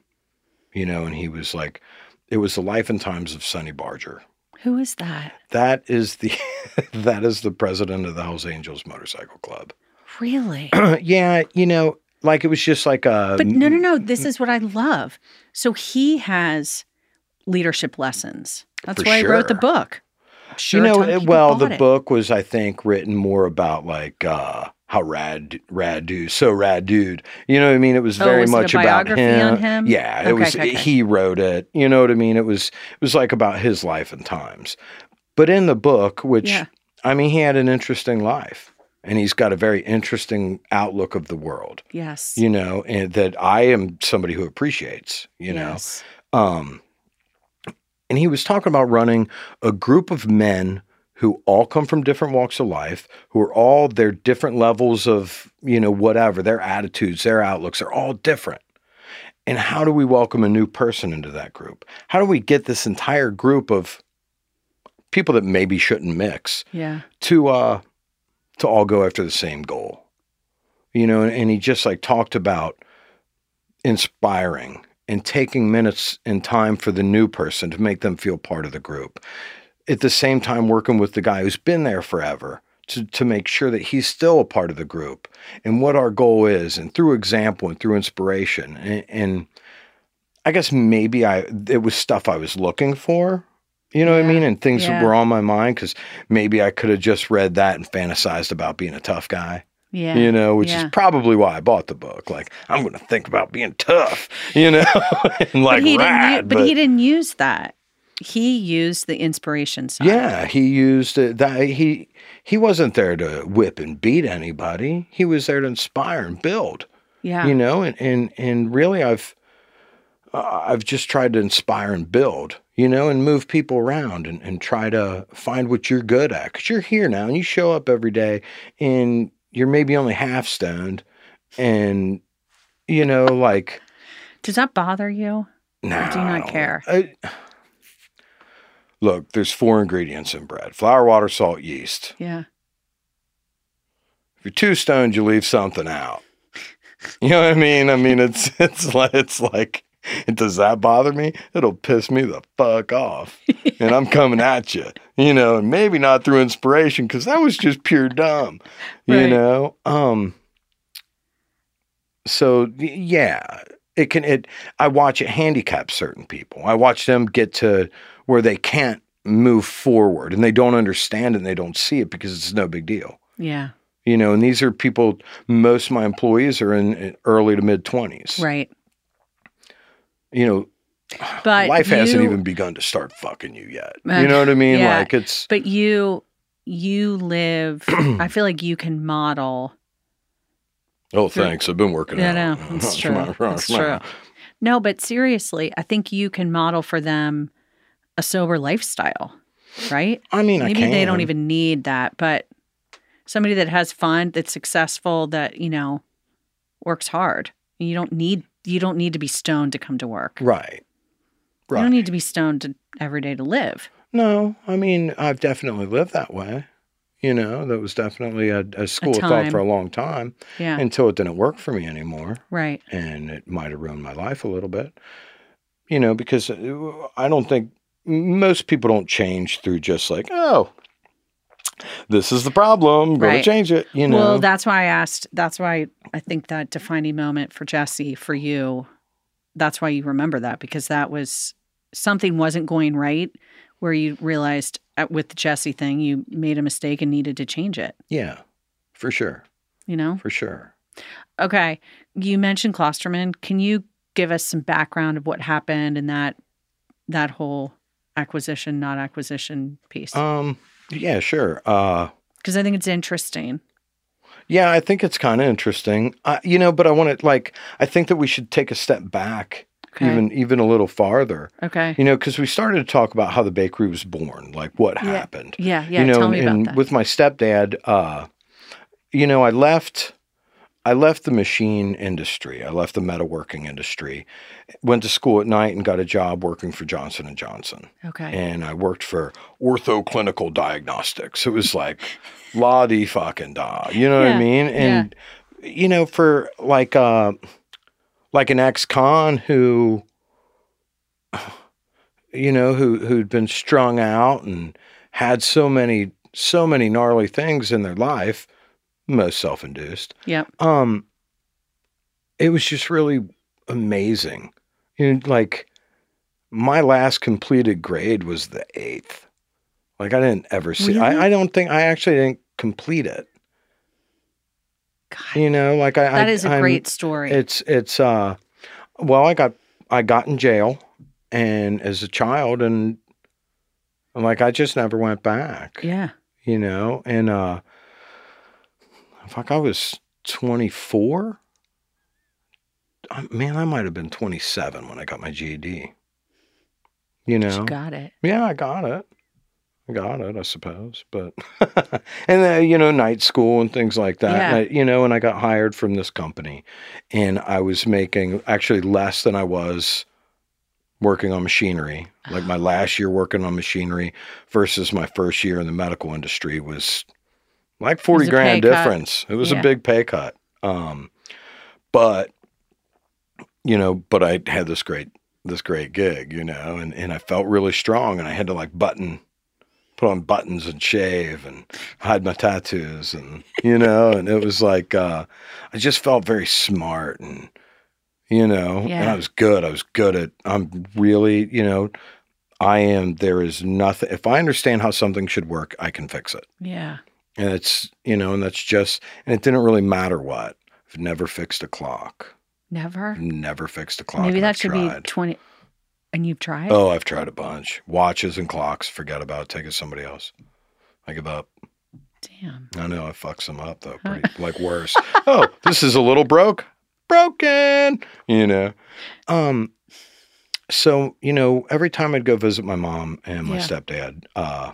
Speaker 1: you know, and he was like, it was the life and times of Sonny Barger.
Speaker 9: Who is that?
Speaker 1: That is the that is the president of the Hells Angels Motorcycle Club.
Speaker 9: Really?
Speaker 1: yeah, you know, like it was just like uh, a
Speaker 9: But no, no, no.
Speaker 1: Mm-hmm.
Speaker 9: This is what I love. So he has leadership lessons. That's
Speaker 1: For
Speaker 9: why I wrote the
Speaker 1: sure.
Speaker 9: book. I'm Sure,
Speaker 1: you
Speaker 9: a
Speaker 1: know,
Speaker 9: ton of
Speaker 1: it-
Speaker 9: people
Speaker 1: well, the
Speaker 9: bought it.
Speaker 1: book was, I think, written more about like uh, how rad, rad dude, so rad dude. You know what I mean? It was
Speaker 9: Oh,
Speaker 1: very
Speaker 9: was it a
Speaker 1: much about
Speaker 9: biography
Speaker 1: him.
Speaker 9: on him?
Speaker 1: Yeah, it
Speaker 9: Okay,
Speaker 1: was.
Speaker 9: okay, okay.
Speaker 1: He wrote it. You know what I mean? It was. It was like about his life and times. But in the book, which
Speaker 9: Yeah.
Speaker 1: I mean, he had an interesting life, and he's got a very interesting outlook of the world.
Speaker 9: Yes.
Speaker 1: You know, and that I am somebody who appreciates. You know,
Speaker 9: Yes.
Speaker 1: um, and he was talking about running a group of men who all come from different walks of life, who are all their different levels of, you know, whatever, their attitudes, their outlooks are all different. And how do we welcome a new person into that group? How do we get this entire group of people that maybe shouldn't mix
Speaker 9: Yeah.
Speaker 1: to uh to all go after the same goal you know and, he just like talked about inspiring and taking minutes and time for the new person to make them feel part of the group at the same time working with the guy who's been there forever to, to make sure that he's still a part of the group and what our goal is and through example and through inspiration and, and i guess maybe i it was stuff i was looking for you know what i mean and things
Speaker 9: yeah.
Speaker 1: that were on my mind because maybe i could have just read that and fantasized about being a tough guy
Speaker 9: Yeah.
Speaker 1: you know, which
Speaker 9: yeah.
Speaker 1: is probably why I bought the book. Like, I'm going to think about being tough, you know, and like
Speaker 9: but he
Speaker 1: rad.
Speaker 9: didn't. u- but, he didn't use that. He used the inspiration side.
Speaker 1: Yeah, he used it, that. He he wasn't there to whip and beat anybody. He was there to inspire and build.
Speaker 9: Yeah.
Speaker 1: You know, and and and really, I've uh, I've just tried to inspire and build. You know, and move people around and, and try to find what you're good at because you're here now and you show up every day and you're maybe only half stoned and you know like
Speaker 9: Does that bother you?
Speaker 1: No,
Speaker 9: do you
Speaker 1: I
Speaker 9: not
Speaker 1: don't-
Speaker 9: care?
Speaker 1: I- look, there's four ingredients in bread: flour, water, salt, yeast.
Speaker 9: Yeah.
Speaker 1: If you're too stoned, you leave something out. You know what I mean? I mean, it's it's like it's like. Does that bother me? It'll piss me the fuck off, and I'm coming at you. You know, and maybe not through inspiration because that was just pure dumb. You
Speaker 9: Right.
Speaker 1: know, um. So y- yeah, it can. It I watch it handicap certain people. I watch them get to where they can't move forward, and they don't understand, and they don't see it because it's no big deal
Speaker 9: Yeah.
Speaker 1: you know and these are people most of my employees are in in early to mid 20s
Speaker 9: Right.
Speaker 1: you know
Speaker 9: But
Speaker 1: life
Speaker 9: you,
Speaker 1: hasn't even begun to start fucking you yet
Speaker 9: Uh,
Speaker 1: you know what i mean
Speaker 9: yeah.
Speaker 1: like it's
Speaker 9: But you, you live. I feel like you can model.
Speaker 1: oh thanks i've been working
Speaker 9: Yeah,
Speaker 1: out
Speaker 9: no, it's true. It's true. No, but seriously, I think you can model for them a sober lifestyle, right?
Speaker 1: i mean I
Speaker 9: Maybe
Speaker 1: can.
Speaker 9: they don't even need that, but somebody that has fun, that's successful, that you know works hard. You don't need you don't need to be stoned to come to work.
Speaker 1: right
Speaker 9: You
Speaker 1: right
Speaker 9: don't need to be stoned to, every day to live.
Speaker 1: no i mean i've definitely lived that way you know that was definitely a, a school of
Speaker 9: time.
Speaker 1: thought for a long time
Speaker 9: Yeah,
Speaker 1: until it didn't work for me anymore
Speaker 9: right.
Speaker 1: and it might have ruined my life a little bit. You know, because uh, I don't think most people don't change through just like, oh, this is the problem, go
Speaker 9: Right.
Speaker 1: to change it. You know,
Speaker 9: Well, that's why I asked. That's why I think that defining moment for Jesse, for you, that's why you remember that because that was something wasn't going right where you realized uh, with the Jesse thing, you made a mistake and needed to change it,
Speaker 1: yeah, for sure,
Speaker 9: you know?
Speaker 1: for sure.
Speaker 9: Okay. You mentioned Klosterman. Can you give us some background of what happened and that that whole acquisition, not acquisition piece?
Speaker 1: Um, yeah, sure. Uh,
Speaker 9: Because I think it's interesting.
Speaker 1: yeah, uh, I think it's kind of interesting. I, you know, but I want to like, I think that we should take a step back
Speaker 9: Okay.
Speaker 1: even even a little farther.
Speaker 9: Okay.
Speaker 1: You know, because we started to talk about how the bakery was born, like what happened.
Speaker 9: Yeah, yeah,
Speaker 1: You know,
Speaker 9: tell me
Speaker 1: and,
Speaker 9: about
Speaker 1: and
Speaker 9: that.
Speaker 1: with my stepdad, uh, you know, I left. I left the machine industry. I left the metalworking industry. Went to school at night and got a job working for Johnson and Johnson.
Speaker 9: Okay.
Speaker 1: And I worked for Ortho Clinical Diagnostics. It was like la di fucking da. You know what
Speaker 9: Yeah,
Speaker 1: I mean? And you know, for like uh like an ex-con who you know, who who'd been strung out and had so many so many gnarly things in their life, most self-induced
Speaker 9: Yep.
Speaker 1: um it was just really amazing you know, like my last completed grade was the eighth like i didn't ever see I, I don't think i actually didn't complete it
Speaker 9: God,
Speaker 1: you know like i
Speaker 9: that
Speaker 1: I,
Speaker 9: is a
Speaker 1: I'm-
Speaker 9: great story.
Speaker 1: it's it's uh well i got i got in jail and as a child and like i just never went back
Speaker 9: yeah.
Speaker 1: you know and uh fuck i was 24 I, man i might have been 27 when i got my ged you know
Speaker 9: She got it.
Speaker 1: yeah i got it i got it i suppose but and then you know night school and things like that
Speaker 9: Yeah.
Speaker 1: I- you know and i got hired from this company and i was making actually less than i was working on machinery like
Speaker 9: Ah.
Speaker 1: my last year working on machinery versus my first year in the medical industry was like 40
Speaker 9: a pay
Speaker 1: grand
Speaker 9: cut.
Speaker 1: difference it was
Speaker 9: Yeah.
Speaker 1: a big pay cut um but you know but i had this great this great gig you know and and i felt really strong and i had to like button put on buttons and shave and hide my tattoos and you know and it was like uh i just felt very smart and you know and
Speaker 9: Yeah.
Speaker 1: i was good i was good at i'm really you know i am there is nothing if i understand how something should work i can fix it
Speaker 9: Yeah.
Speaker 1: and it's you know and that's just and it didn't really matter what i've never fixed a clock
Speaker 9: Never.
Speaker 1: I've never fixed a clock
Speaker 9: Maybe
Speaker 1: and
Speaker 9: that
Speaker 1: I've
Speaker 9: should
Speaker 1: tried.
Speaker 9: be 20. And you've tried?
Speaker 1: Oh, I've tried a bunch. Watches and clocks, forget about. it. Take it to somebody else. I give up.
Speaker 9: Damn.
Speaker 1: I know I fucks them up though, pretty like worse. Oh, this is a little broke, broken. You know, um, so you know, every time I'd go visit my mom and my
Speaker 9: Yeah.
Speaker 1: stepdad, uh,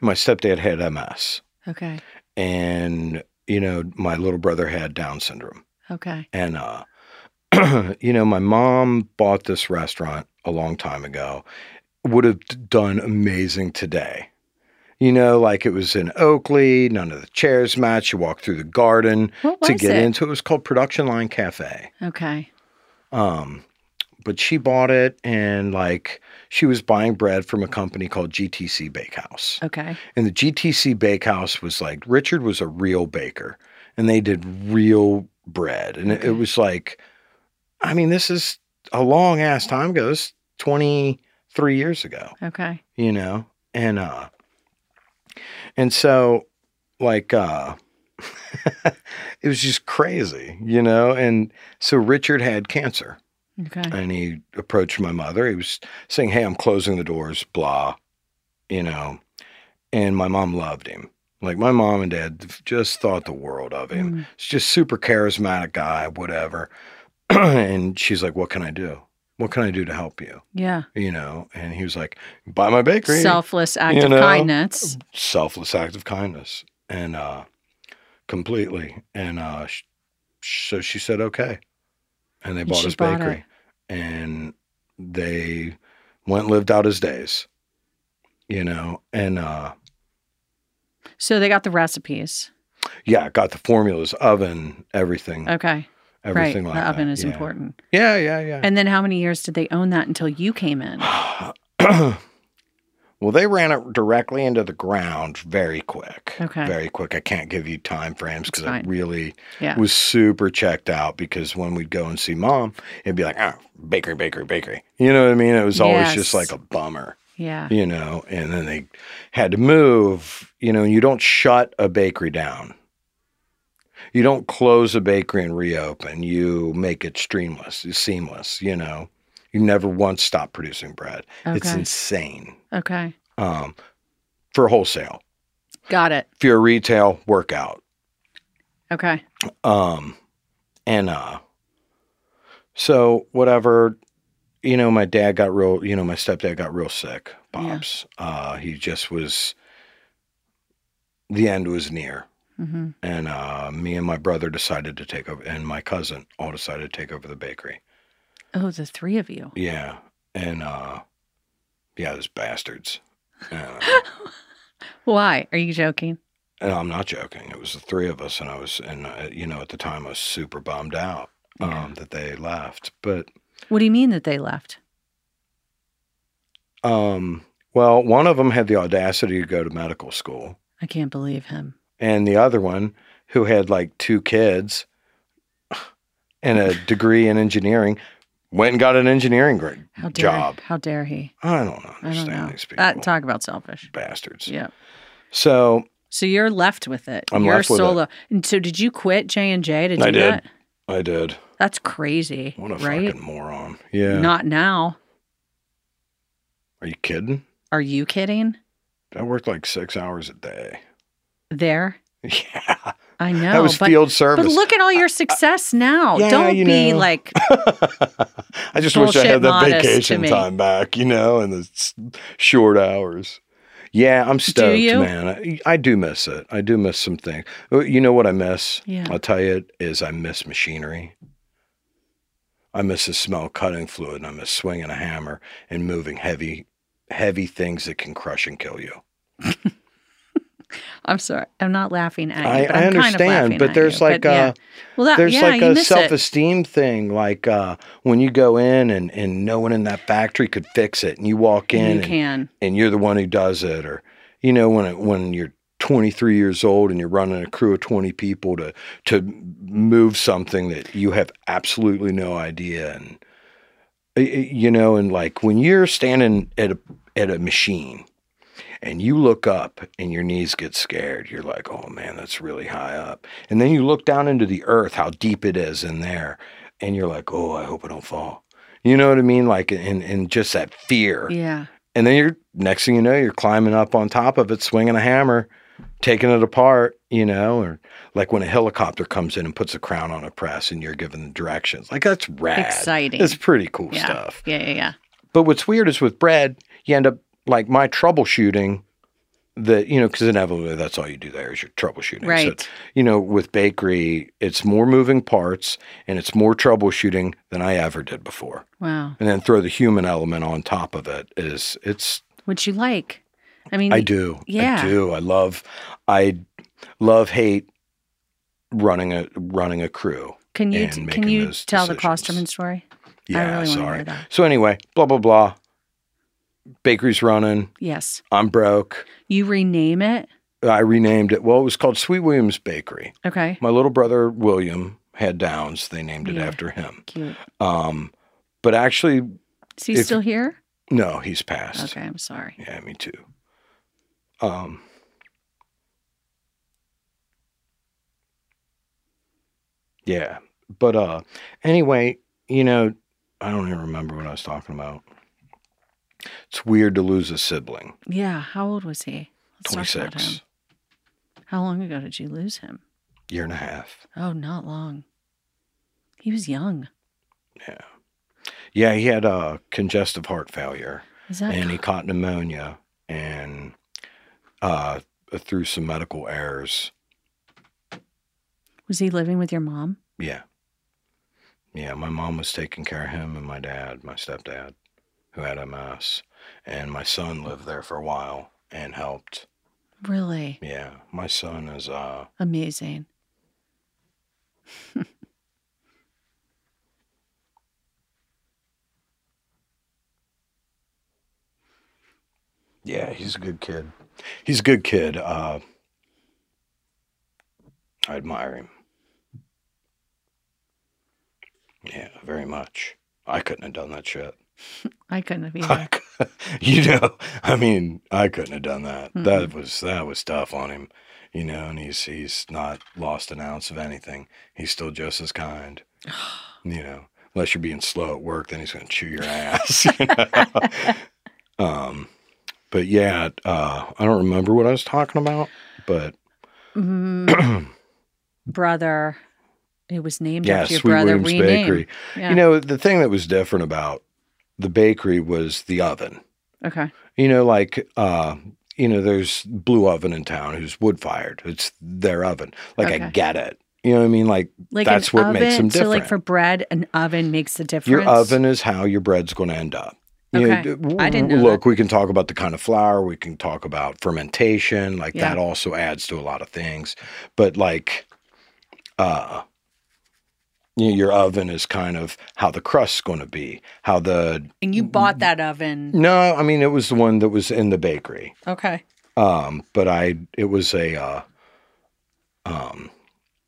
Speaker 1: my stepdad had MS,
Speaker 9: Okay.
Speaker 1: and you know, my little brother had Down syndrome.
Speaker 9: Okay.
Speaker 1: And uh, you know, my mom bought this restaurant a long time ago. Would have d- done amazing today. You know, like it was in Oakley. None of the chairs matched. You walk through the garden
Speaker 9: What
Speaker 1: to
Speaker 9: was
Speaker 1: get
Speaker 9: it?
Speaker 1: into it. It was called Production Line Cafe.
Speaker 9: Okay.
Speaker 1: Um, but she bought it, and like she was buying bread from a company called GTC Bakehouse.
Speaker 9: Okay.
Speaker 1: And the GTC Bakehouse was like Richard was a real baker, and they did real bread, and it, it was like, I mean, this is a long ass time ago. This twenty three years ago,
Speaker 9: Okay.
Speaker 1: you know, and uh, and so like uh, it was just crazy, you know, and so Richard had cancer,
Speaker 9: Okay.
Speaker 1: and he approached my mother. He was saying, "Hey, I'm closing the doors, blah," you know. And my mom loved him. Like my mom and dad just thought the world of
Speaker 9: Mm.
Speaker 1: him.
Speaker 9: Hmm.
Speaker 1: He's just super charismatic guy, whatever. and she's like, "What can I do? What can I do to help you?"
Speaker 9: Yeah.
Speaker 1: You know. And he was like, "Buy my bakery."
Speaker 9: Selfless act
Speaker 1: You
Speaker 9: of
Speaker 1: know?
Speaker 9: kindness.
Speaker 1: selfless act of kindness, and uh, completely. And uh, sh- so she said, "Okay," and they
Speaker 9: And
Speaker 1: bought
Speaker 9: she
Speaker 1: his
Speaker 9: bought
Speaker 1: bakery, and they went and lived out his days, you know. And uh,
Speaker 9: So they got the recipes.
Speaker 1: yeah, got the formulas, oven, everything,
Speaker 9: Okay.
Speaker 1: Mm. everything
Speaker 9: Uh, right.
Speaker 1: like
Speaker 9: the oven
Speaker 1: that.
Speaker 9: is
Speaker 1: yeah.
Speaker 9: important.
Speaker 1: Yeah, yeah, yeah.
Speaker 9: And then how many years did they own that until you came in?
Speaker 1: well, they ran it directly into the ground very quick.
Speaker 9: Okay.
Speaker 1: Very quick. I can't give you time frames because I
Speaker 9: fine.
Speaker 1: really
Speaker 9: Yeah.
Speaker 1: was super checked out because when we'd go and see mom, it'd be like, ah, bakery, bakery, bakery. You know what I mean? It was always just
Speaker 9: Yes.
Speaker 1: like a bummer,
Speaker 9: Yeah.
Speaker 1: you know? And then they had to move, you know, and you don't shut a bakery down. You don't close a bakery and reopen. You make it streamless, seamless, you know? You never once stop producing bread. It's
Speaker 9: Okay.
Speaker 1: insane
Speaker 9: Okay.
Speaker 1: um, for wholesale.
Speaker 9: Got it.
Speaker 1: If you're a retail, workout.
Speaker 9: Okay.
Speaker 1: Um, and uh, So whatever, you know, my dad got real. You know, my stepdad got real sick. Bob's. Uh, he just was. The end was near,
Speaker 9: Mhm.
Speaker 1: and uh, me and my brother decided to take over, and my cousin all decided to take over the bakery.
Speaker 9: Oh, the three of you.
Speaker 1: Yeah, and uh, yeah, those bastards. And,
Speaker 9: Why? Are you joking?
Speaker 1: and I'm not joking. It was the three of us, and I was, and uh, you know, at the time I was super bummed out um, that they left. But
Speaker 9: What do you mean that they left?
Speaker 1: um, well, one of them had the audacity to go to medical school,
Speaker 9: I can't believe him.
Speaker 1: and the other one, who had like two kids and a degree in engineering, went and got an engineering grade
Speaker 9: How dare
Speaker 1: job.
Speaker 9: How dare he?
Speaker 1: I don't
Speaker 9: I don't
Speaker 1: understand
Speaker 9: know.
Speaker 1: these people,
Speaker 9: Uh, talk about selfish.
Speaker 1: bastards.
Speaker 9: Yeah.
Speaker 1: So
Speaker 9: So you're left with it.
Speaker 1: I'm
Speaker 9: you're
Speaker 1: left with it.
Speaker 9: solo. And so did you quit J and J to do
Speaker 1: I did.
Speaker 9: that?
Speaker 1: I did.
Speaker 9: That's crazy.
Speaker 1: What a
Speaker 9: right?
Speaker 1: fucking moron. Yeah.
Speaker 9: Not now.
Speaker 1: Are you kidding?
Speaker 9: Are you kidding?
Speaker 1: I worked like six hours a day.
Speaker 9: There.
Speaker 1: Yeah.
Speaker 9: I know.
Speaker 1: that was
Speaker 9: but,
Speaker 1: field service.
Speaker 9: but look at all your success now.
Speaker 1: yeah,
Speaker 9: Don't
Speaker 1: you
Speaker 9: be
Speaker 1: know.
Speaker 9: like
Speaker 1: I just wish I
Speaker 9: bullshit
Speaker 1: had that
Speaker 9: modest to
Speaker 1: vacation
Speaker 9: me.
Speaker 1: time back, you know, and the s- short hours. Yeah, I'm stoked,
Speaker 9: you?
Speaker 1: man. I, I do miss it. I do miss some things. Oh, You know what I miss?
Speaker 9: Yeah.
Speaker 1: I'll tell you, it is I miss machinery. I miss the smell of cutting fluid, and I miss swinging a hammer and moving heavy, heavy things that can crush and kill you.
Speaker 9: I'm sorry. I'm not laughing at you.
Speaker 1: I-
Speaker 9: but
Speaker 1: I
Speaker 9: I'm Kind of
Speaker 1: understand,
Speaker 9: laughing
Speaker 1: but
Speaker 9: at
Speaker 1: there's
Speaker 9: you.
Speaker 1: like,
Speaker 9: yeah.
Speaker 1: uh,
Speaker 9: well, that,
Speaker 1: there's
Speaker 9: yeah,
Speaker 1: like
Speaker 9: you
Speaker 1: a
Speaker 9: miss
Speaker 1: self
Speaker 9: it.
Speaker 1: esteem thing. Like uh, when you go in and, and no one in that factory could fix it, and you walk in
Speaker 9: You
Speaker 1: and,
Speaker 9: can.
Speaker 1: and you're the one who does it, or you know when it, when you're 23 years old and you're running a crew of 20 people to to move something that you have absolutely no idea, and uh, uh, you know, and like when you're standing at a at a machine. And you look up and your knees get scared. You're like, oh man, that's really high up. And then you look down into the earth, how deep it is in there. And you're like, oh, I hope I don't fall. You know what I mean? Like, and, and just that fear.
Speaker 9: Yeah.
Speaker 1: And then you're next thing you know, you're climbing up on top of it, swinging a hammer, taking it apart, you know, or like when a helicopter comes in and puts a crown on a press and you're given the directions. Like that's rad.
Speaker 9: Exciting.
Speaker 1: It's pretty cool
Speaker 9: Yeah.
Speaker 1: stuff.
Speaker 9: Yeah. Yeah. Yeah.
Speaker 1: But what's weird is with bread, you end up like my troubleshooting that, you know, because inevitably that's all you do there is your troubleshooting. So,
Speaker 9: Right.
Speaker 1: you know, with bakery, it's more moving parts and it's more troubleshooting than I ever did before.
Speaker 9: Wow.
Speaker 1: And then throw the human element on top of it is it's
Speaker 9: Would you like? I mean,
Speaker 1: I do.
Speaker 9: yeah.
Speaker 1: I do. I love I love hate running a running a crew.
Speaker 9: Can you
Speaker 1: and
Speaker 9: t-
Speaker 1: making
Speaker 9: can you
Speaker 1: those
Speaker 9: tell the
Speaker 1: decisions.
Speaker 9: Klosterman story?
Speaker 1: Yeah,
Speaker 9: really wanna hear
Speaker 1: sorry.
Speaker 9: that.
Speaker 1: So anyway, blah blah blah. Bakery's running.
Speaker 9: Yes.
Speaker 1: I'm broke.
Speaker 9: You rename it.
Speaker 1: I renamed it. Well, it was called Sweet Williams Bakery.
Speaker 9: Okay.
Speaker 1: My little brother William had Downs. They named it
Speaker 9: Yeah.
Speaker 1: after him.
Speaker 9: Cute.
Speaker 1: Um, but actually,
Speaker 9: Is he
Speaker 1: If-
Speaker 9: still here?
Speaker 1: no, he's passed.
Speaker 9: Okay. I'm sorry.
Speaker 1: Yeah, me too. Um, yeah, but uh, anyway, you know, I don't even remember what I was talking about. It's weird to lose a sibling.
Speaker 9: Yeah. How old was he? Let's
Speaker 1: Twenty
Speaker 9: talk about him.
Speaker 1: six,
Speaker 9: How long ago did you lose him?
Speaker 1: year and a half.
Speaker 9: Oh, not long. He was young.
Speaker 1: Yeah, he had uh, congestive heart failure,
Speaker 9: Is that?
Speaker 1: and he caught pneumonia, and uh, through some medical errors,
Speaker 9: was he living with your mom?
Speaker 1: Yeah. Yeah, my mom was taking care of him and my dad, my stepdad, who had MS. And my son lived there for a while and helped.
Speaker 9: Really
Speaker 1: Yeah. My son is uh
Speaker 9: amazing.
Speaker 1: yeah, he's a good kid. He's a good kid. Uh I admire him. Yeah, very much. I couldn't have done that shit.
Speaker 9: I couldn't have either.
Speaker 1: I cou- you know, I mean, I couldn't have done that.
Speaker 9: Mm-hmm.
Speaker 1: That was that was tough on him, you know. And he's he's not lost an ounce of anything. He's still just as kind, you know. Unless you're being slow at work, then he's going to chew your ass. You know? um, but yeah, uh, I don't remember what I was talking about, but
Speaker 9: mm-hmm, brother It was named
Speaker 1: yeah,
Speaker 9: after your
Speaker 1: Sweet
Speaker 9: brother.
Speaker 1: Williams
Speaker 9: renamed.
Speaker 1: Bakery.
Speaker 9: Yeah.
Speaker 1: You know, the thing that was different about the bakery was the oven.
Speaker 9: Okay.
Speaker 1: You know, like uh, you know, there's Blue Oven in town who's wood fired. It's their oven. Like I
Speaker 9: Okay.
Speaker 1: get it. You know what I mean? Like,
Speaker 9: Like an
Speaker 1: that's what makes
Speaker 9: oven-
Speaker 1: them
Speaker 9: So,
Speaker 1: different.
Speaker 9: like for bread, an oven makes the difference.
Speaker 1: your oven is how your bread's going to end up. You know,
Speaker 9: Okay.
Speaker 1: d-
Speaker 9: I didn't know
Speaker 1: Look, we can talk about the kind of flour. We can talk about fermentation. Like
Speaker 9: Yeah.
Speaker 1: that also adds to a lot of things. But like, uh, you know, your oven is kind of how the crust's going to be. How the
Speaker 9: And you bought that oven.
Speaker 1: no, I mean it was the one that was in the bakery.
Speaker 9: Okay.
Speaker 1: Um, but I it was a uh, um,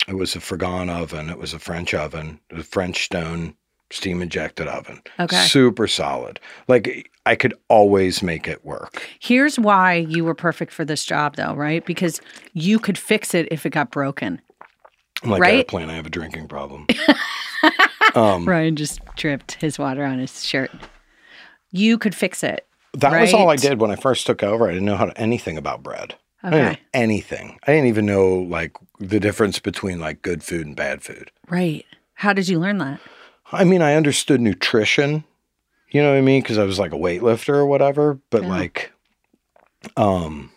Speaker 1: it was a fourgon oven. It was a French oven, a French stone steam injected oven.
Speaker 9: Okay.
Speaker 1: super solid. Like I could always make it work.
Speaker 9: Here's why you were perfect for this job, though, right? Because you could fix it if it got broken.
Speaker 1: I'm like
Speaker 9: Right?
Speaker 1: airplane, I have a drinking problem. um,
Speaker 9: Brian just dripped his water on his shirt. You could fix it.
Speaker 1: That was all I
Speaker 9: Right.
Speaker 1: did when I first took over. I didn't know how to, anything about bread. I didn't know
Speaker 9: Okay.
Speaker 1: anything. I didn't even know like the difference between like good food and bad food.
Speaker 9: Right. How did you learn that?
Speaker 1: I mean, I understood nutrition. You know what I mean? Because I was like a weightlifter or whatever. But
Speaker 9: Yeah.
Speaker 1: like, um,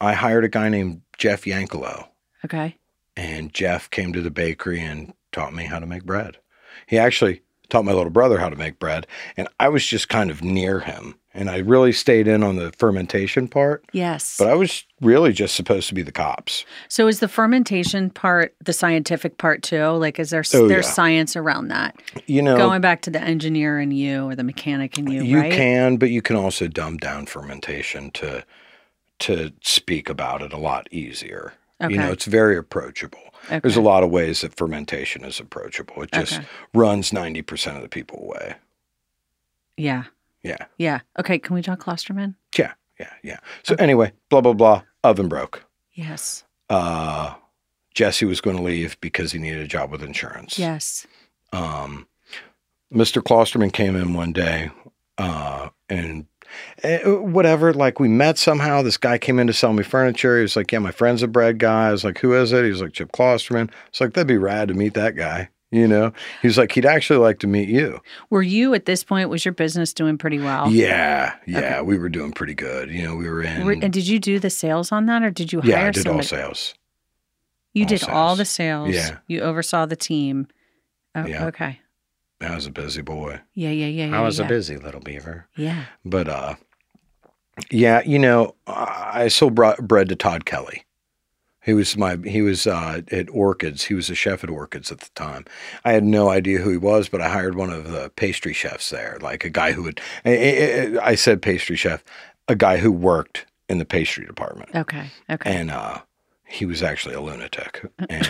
Speaker 1: I hired a guy named Jeff Yankelo,
Speaker 9: Okay.
Speaker 1: and Jeff came to the bakery and taught me how to make bread. He actually taught my little brother how to make bread, and I was just kind of near him. And I really stayed in on the fermentation part,
Speaker 9: Yes.
Speaker 1: but I was really just supposed to be the cops.
Speaker 9: so is the fermentation part the scientific part too? Like, is there
Speaker 1: Oh,
Speaker 9: there's
Speaker 1: yeah.
Speaker 9: science around that?
Speaker 1: You know,
Speaker 9: Going back to the engineer in you or the mechanic in you,
Speaker 1: you
Speaker 9: right?
Speaker 1: can but you can also dumb down fermentation to to speak about it a lot easier you know
Speaker 9: Okay.
Speaker 1: it's very approachable there's a
Speaker 9: Okay.
Speaker 1: lot of ways that fermentation is approachable it just
Speaker 9: Okay.
Speaker 1: runs 90% of the people away
Speaker 9: Yeah.
Speaker 1: yeah
Speaker 9: Yeah. Okay. Can we talk Klosterman?
Speaker 1: yeah yeah yeah so anyway blah blah blah oven broke
Speaker 9: Yes.
Speaker 1: uh jesse was going to leave because he needed a job with insurance
Speaker 9: Yes.
Speaker 1: um, Mr. Klosterman came in one day uh, and eh, whatever, like we met somehow. This guy came in to sell me furniture. He was like, Yeah, my friend's a bread guy. I was like, Who is it? He was like, Chip Klosterman. I was like, That'd be rad to meet that guy. You know, he's like, He'd actually like to meet you.
Speaker 9: Were you at this point? Was your business doing pretty well?
Speaker 1: Yeah, yeah, we were doing pretty good. You know, we were in.
Speaker 9: Were- and did you do the sales on that, or did you hire
Speaker 1: yeah, I did all
Speaker 9: somebody?
Speaker 1: sales.
Speaker 9: you
Speaker 1: all
Speaker 9: did all
Speaker 1: sales.
Speaker 9: the sales.
Speaker 1: Yeah.
Speaker 9: You oversaw the team. Oh,
Speaker 1: Yeah.
Speaker 9: Okay.
Speaker 1: I was a busy boy.
Speaker 9: Yeah. Yeah. Yeah. yeah
Speaker 1: I was
Speaker 9: yeah.
Speaker 1: a busy little beaver.
Speaker 9: Yeah.
Speaker 1: But uh, yeah, you know, I I sold br- bread to Todd Kelly. He was my he was uh, at Orchids. He was a chef at Orchids at the time. I had no idea who he was, but I hired one of the pastry chefs there, like a guy who would. I, I- I said pastry chef, a guy who worked in the pastry department,
Speaker 9: Okay. Okay.
Speaker 1: and uh, he was actually a lunatic, and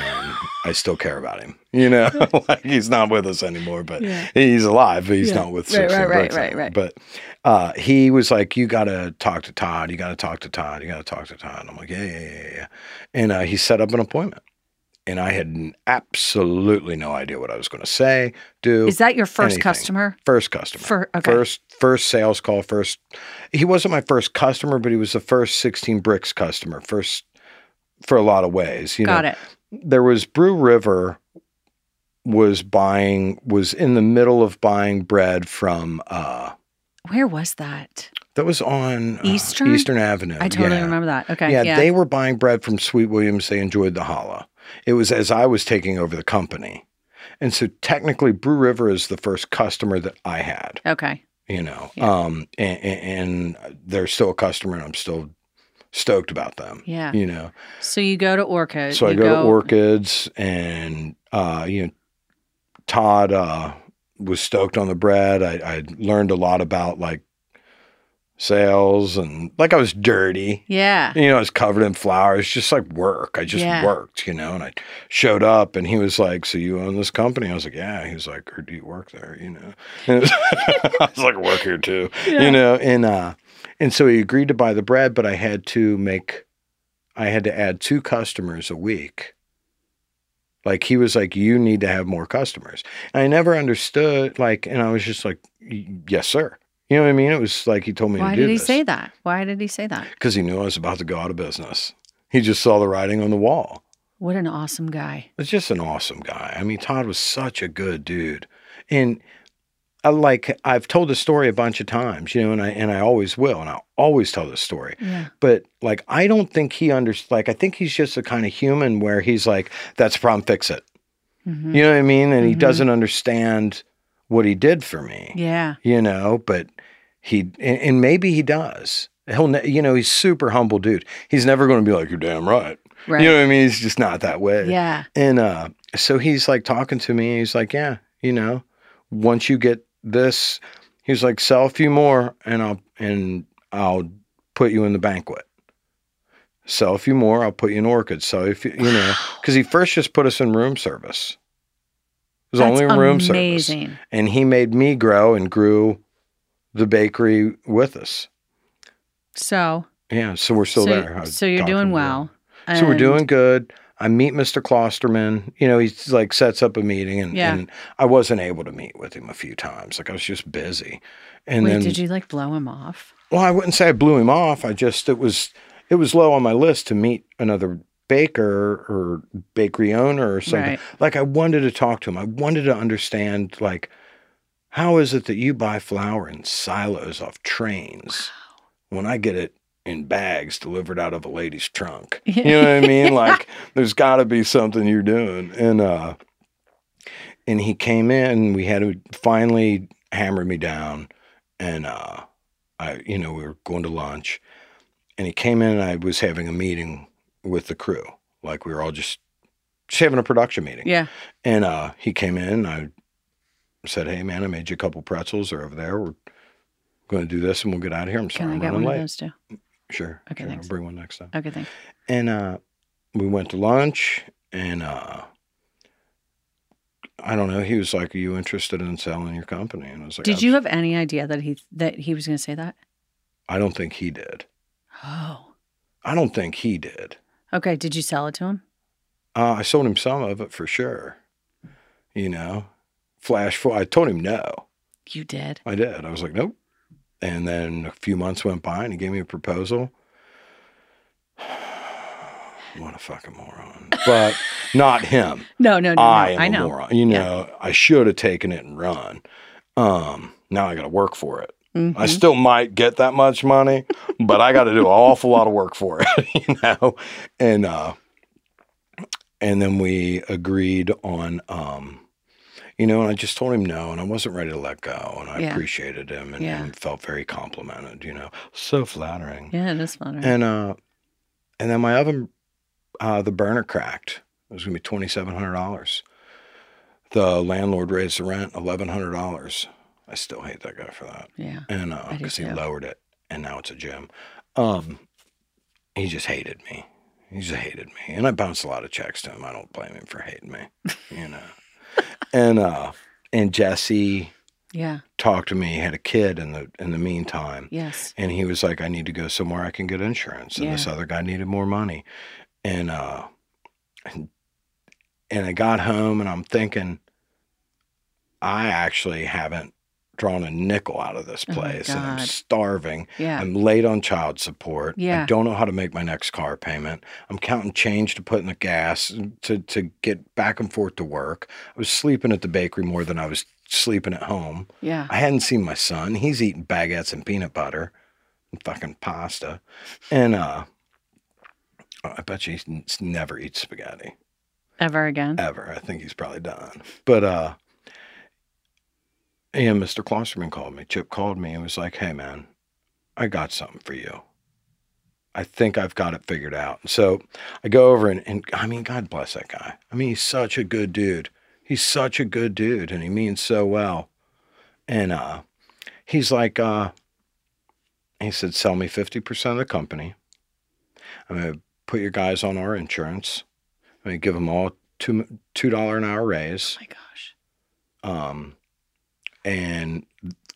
Speaker 1: I still care about him. You know, like he's not with us anymore, but
Speaker 9: Yeah.
Speaker 1: he's alive, but he's
Speaker 9: Yeah.
Speaker 1: not uh, with
Speaker 9: Right, right,
Speaker 1: 16
Speaker 9: right,
Speaker 1: Bricks
Speaker 9: right,
Speaker 1: Island.
Speaker 9: right.
Speaker 1: But uh, he was like, "You got to talk to Todd. You got to talk to Todd. You got to talk to Todd." I'm like, "Yeah, yeah, yeah, yeah." And uh, he set up an appointment, and I had n- absolutely no idea what I was going to say, do.
Speaker 9: Is that your first
Speaker 1: anything.
Speaker 9: customer?
Speaker 1: First customer.
Speaker 9: Fir- okay.
Speaker 1: First first sales call, first he wasn't my first customer, but he was the first 16 bricks customer, first for a lot of ways. You
Speaker 9: Got
Speaker 1: know,
Speaker 9: it.
Speaker 1: there was Brew River was buying was in the middle of buying bread from uh
Speaker 9: Where was that?
Speaker 1: that was on uh,
Speaker 9: Eastern?
Speaker 1: Eastern Avenue.
Speaker 9: I totally
Speaker 1: Um, yeah.
Speaker 9: remember that. Okay.
Speaker 1: Yeah,
Speaker 9: Yeah.
Speaker 1: they were buying bread from Sweet Williams. They enjoyed the challah. It was as I was taking over the company. And so technically Brew River is the first customer that I had
Speaker 9: okay.
Speaker 1: you know
Speaker 9: Yeah.
Speaker 1: um and, and and they're still a customer and i'm still stoked about them
Speaker 9: Yeah.
Speaker 1: you know
Speaker 9: So you go to Orchid.
Speaker 1: so i
Speaker 9: you
Speaker 1: go, to orchids and uh you know todd uh was stoked on the bread i i learned a lot about like sales and like i was dirty
Speaker 9: Yeah.
Speaker 1: you know, I was covered in flour. It's just like work. I just
Speaker 9: Yeah.
Speaker 1: worked, you know, and I showed up and he was like, So you own this company? I was like, Yeah. He was like, Or do you work there? You know, And it was- I was like, Work here too, you know, and, uh, and so he agreed to buy the bread, but I had to make, I had to add two customers a week. Like he was like, You need to have more customers. And I never understood, like, and I was just like, "Y- Yes, sir. You know what I mean? It was like he told me
Speaker 9: Why
Speaker 1: to do
Speaker 9: did he
Speaker 1: this
Speaker 9: say that? Why did he say that?
Speaker 1: because he knew I was about to go out of business. He just saw the writing on the wall.
Speaker 9: What an awesome guy.
Speaker 1: was just an awesome guy. I mean, Todd was such a good dude, and I like I've told the story a bunch of times, you know, and I and I always will, and I always tell this story.
Speaker 9: Yeah.
Speaker 1: But like, I don't think he under like I think he's just a kind of human where he's like, "That's a problem, fix it."
Speaker 9: Mhm.
Speaker 1: You know what I mean? And he
Speaker 9: Mhm.
Speaker 1: doesn't understand what he did for me.
Speaker 9: Yeah.
Speaker 1: You know, but he and, and maybe he does. He'll, ne- you know, he's super humble dude. He's never going to be like, "You're damn right."
Speaker 9: Right.
Speaker 1: You know what I mean? He's just not that way.
Speaker 9: yeah.
Speaker 1: And uh, so he's like talking to me. He's like, yeah, you know, once you get this, he's like, sell a few more, and I'll and I'll put you in the banquet. Sell a few more, I'll put you in orchid. So if you, you know, because he first just put us in room service. It was
Speaker 9: That's
Speaker 1: only in room service,
Speaker 9: amazing.
Speaker 1: and he made me grow and grew the bakery with us.
Speaker 9: So,
Speaker 1: Yeah, so we're still
Speaker 9: so,
Speaker 1: there. I was
Speaker 9: so you're
Speaker 1: talking to
Speaker 9: doing
Speaker 1: him.
Speaker 9: well.
Speaker 1: So we're
Speaker 9: And-
Speaker 1: doing good. I meet Mr. Klosterman. You know, he's like sets up a meeting, and,
Speaker 9: Yeah.
Speaker 1: and I wasn't able to meet with him a few times. Like I was just busy. And
Speaker 9: Wait,
Speaker 1: then,
Speaker 9: did you like blow him off?
Speaker 1: well, I wouldn't say I blew him off. I just it was it was low on my list to meet another baker or bakery owner or something.
Speaker 9: Right.
Speaker 1: Like I wanted to talk to him. I wanted to understand like how is it that you buy flour in silos off trains when I get it in bags delivered out of a lady's trunk? You know what I mean? Like there's got to be something you're doing. And uh and he came in and we had to finally hammer me down and uh I you know we were going to lunch and he came in and I was having a meeting with the crew. Like we were all just just having a production meeting.
Speaker 9: Yeah.
Speaker 1: And uh, he came in. And I said, "Hey, man, I made you a couple pretzels. They're over there. We're going to do this, and we'll get out of here. I'm sorry,
Speaker 9: Can I
Speaker 1: I'm
Speaker 9: get
Speaker 1: running
Speaker 9: one
Speaker 1: late.
Speaker 9: of those too?
Speaker 1: Sure.
Speaker 9: Okay,
Speaker 1: sure,
Speaker 9: thanks.
Speaker 1: I'll bring one next time."
Speaker 9: Okay, thanks.
Speaker 1: And uh, we went to lunch, and uh, I don't know. He was like, "Are you interested in selling your company?" And I was like,
Speaker 9: Did you have any idea that he that he was going to say that?
Speaker 1: I don't think he did.
Speaker 9: Oh.
Speaker 1: I don't think he did.
Speaker 9: Okay. Did you sell it to him?
Speaker 1: Uh, I sold him some of it for sure. You know, flash. For- I told him no.
Speaker 9: You did.
Speaker 1: I did. I was like, nope. And then a few months went by and he gave me a proposal. what a fucking moron. But not him.
Speaker 9: No, no, no. no.
Speaker 1: I am
Speaker 9: I
Speaker 1: a
Speaker 9: know.
Speaker 1: moron. You
Speaker 9: Yeah.
Speaker 1: know, I should have taken it and run. Um, now I got to work for it. I
Speaker 9: Mhm.
Speaker 1: still might get that much money, but I got to do an awful lot of work for it, you know. And uh, and then we agreed on, um, you know, and I just told him no, and I wasn't ready to let go, and I
Speaker 9: Yeah.
Speaker 1: appreciated him and,
Speaker 9: Yeah.
Speaker 1: and felt very complimented, you know, so flattering.
Speaker 9: Yeah, it is flattering.
Speaker 1: And uh, and then my oven, uh, the burner cracked. It was gonna be twenty seven hundred dollars. The landlord raised the rent eleven hundred dollars. I still hate that guy for that
Speaker 9: yeah.
Speaker 1: and uh
Speaker 9: I do
Speaker 1: 'cause he
Speaker 9: too.
Speaker 1: lowered it and now it's a gym um he just hated me he just hated me and i bounced a lot of checks to him i don't blame him for hating me you know and uh and jesse
Speaker 9: Yeah.
Speaker 1: talked to me had a kid in the in the meantime
Speaker 9: Yes.
Speaker 1: and he was like i need to go somewhere i can get insurance and this
Speaker 9: Yeah.
Speaker 1: other guy needed more money and uh and, and i got home and i'm thinking i actually haven't drawn a nickel out of this
Speaker 9: Oh my
Speaker 1: place and i'm
Speaker 9: God.
Speaker 1: starving
Speaker 9: Yeah.
Speaker 1: i'm late on child support i
Speaker 9: Yeah.
Speaker 1: don't know how to make my next car payment i'm counting change to put in the gas to to get back and forth to work i was sleeping at the bakery more than i was sleeping at home
Speaker 9: yeah.
Speaker 1: I hadn't seen my son. He's eating baguettes and peanut butter and fucking pasta. And uh I bet you he's n- never eats spaghetti
Speaker 9: Ever again? Oh
Speaker 1: ever. I think he's probably done. But uh and Mr. Klosterman called me. Chip called me and was like, "Hey man, I got something for you. I think I've got it figured out." So I go over and, and I mean, God bless that guy. I mean, he's such a good dude. He's such a good dude, and he means so well. And uh, he's like, uh, he said, "Sell me fifty percent of the company. I'm gonna put your guys on our insurance. I'm gonna give them all two two dollar an hour raise.
Speaker 9: oh my gosh.
Speaker 1: Um, and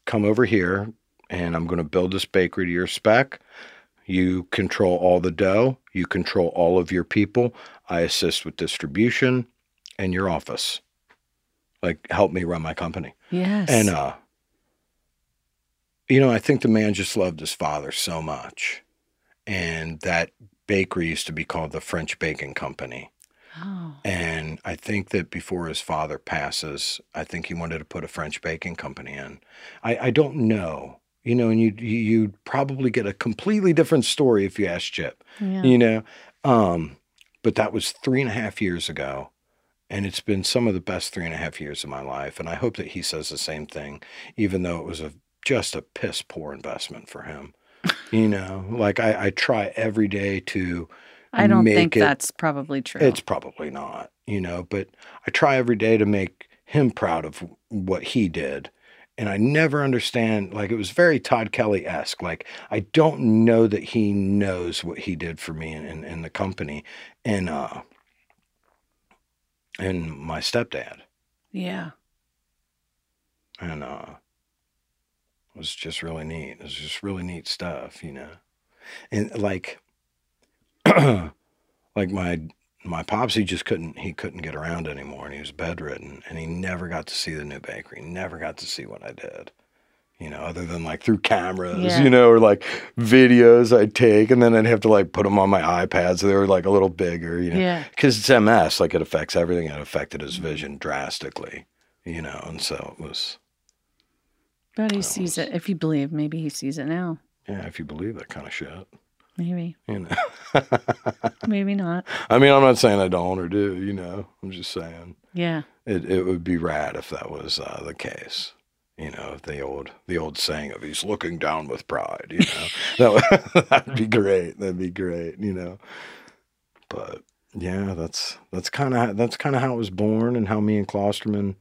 Speaker 1: come over here, and I'm gonna build this bakery to your spec." You control all the dough. You control all of your people. I assist with distribution and your office. Like, help me run my company.
Speaker 9: Yes.
Speaker 1: And, uh, you know, I think the man just loved his father so much. And that bakery used to be called the French Bacon Company.
Speaker 9: Oh.
Speaker 1: And I think that before his father passes, I think he wanted to put a French baking company in. I, I don't know, you know, and you you- you'd probably get a completely different story if you asked Chip,
Speaker 9: Yeah.
Speaker 1: you know. Um, but that was three and a half years ago, and it's been some of the best three and a half years of my life. And I hope that he says the same thing, even though it was a just a piss poor investment for him. You know, like I, I try every day to
Speaker 9: I don't
Speaker 1: make
Speaker 9: think
Speaker 1: it-
Speaker 9: that's probably true.
Speaker 1: it's probably not, you know, but I try every day to make him proud of what he did. And I never understand, like, it was very Todd Kelly esque. Like, I don't know that he knows what he did for me and, and, and the company and, uh, and my stepdad.
Speaker 9: yeah.
Speaker 1: And, uh, it was just really neat. It was just really neat stuff, you know. And like, like my my pops, he just couldn't he couldn't get around anymore, and he was bedridden, and he never got to see the new bakery. Never got to see what I did, you know, other than like through cameras,
Speaker 9: Yeah.
Speaker 1: you know, or like videos I'd take, and then I'd have to like put them on my iPad so they were like a little bigger, you know
Speaker 9: Yeah.
Speaker 1: because it's MS, like it affects everything. It affected his vision drastically, you know, and so it was,
Speaker 9: But he sees it. If you believe, maybe he sees it now.
Speaker 1: yeah, if you believe that kind of shit,
Speaker 9: Maybe.
Speaker 1: you know.
Speaker 9: Maybe not.
Speaker 1: I mean, I'm not saying I don't or do, you know, I'm just saying
Speaker 9: Yeah.
Speaker 1: it, it would be rad if that was uh, the case. You know the old the old saying of he's looking down with pride. You know that would that'd be great. That'd be great. You know, but yeah, that's that's kind of that's kind of how it was born and how me and Klosterman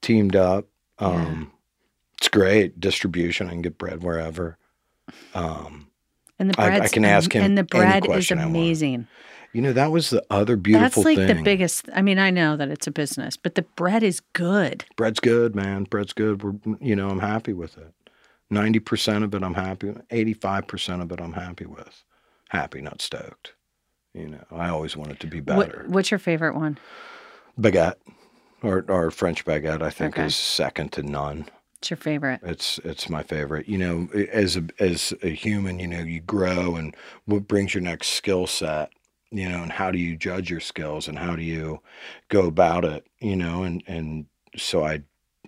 Speaker 1: teamed up. Um, It's great distribution. I can get bread wherever. Um,
Speaker 9: And the
Speaker 1: I- I
Speaker 9: bread.
Speaker 1: can ask him
Speaker 9: And the
Speaker 1: any
Speaker 9: bread is
Speaker 1: question I want.
Speaker 9: amazing.
Speaker 1: you know that was the other beautiful
Speaker 9: that's like
Speaker 1: thing.
Speaker 9: the biggest. I mean, I know that it's a business, but the bread is good.
Speaker 1: bread's good, man. Bread's good. We're, mm, you know, I'm happy with it. Ninety percent of it, I'm happy. Eighty-five percent of it, I'm happy with. Happy, not stoked. You know, I always want it to be better.
Speaker 9: What, what's your favorite one?
Speaker 1: baguette, or or French baguette, I think
Speaker 9: Okay.
Speaker 1: is second to none.
Speaker 9: What's your favorite?
Speaker 1: It's it's my favorite. You know, as a as a human, you know, you grow, and what brings your next skill set. You know, and how do you judge your skills, and how do you go about it? You know, and and so I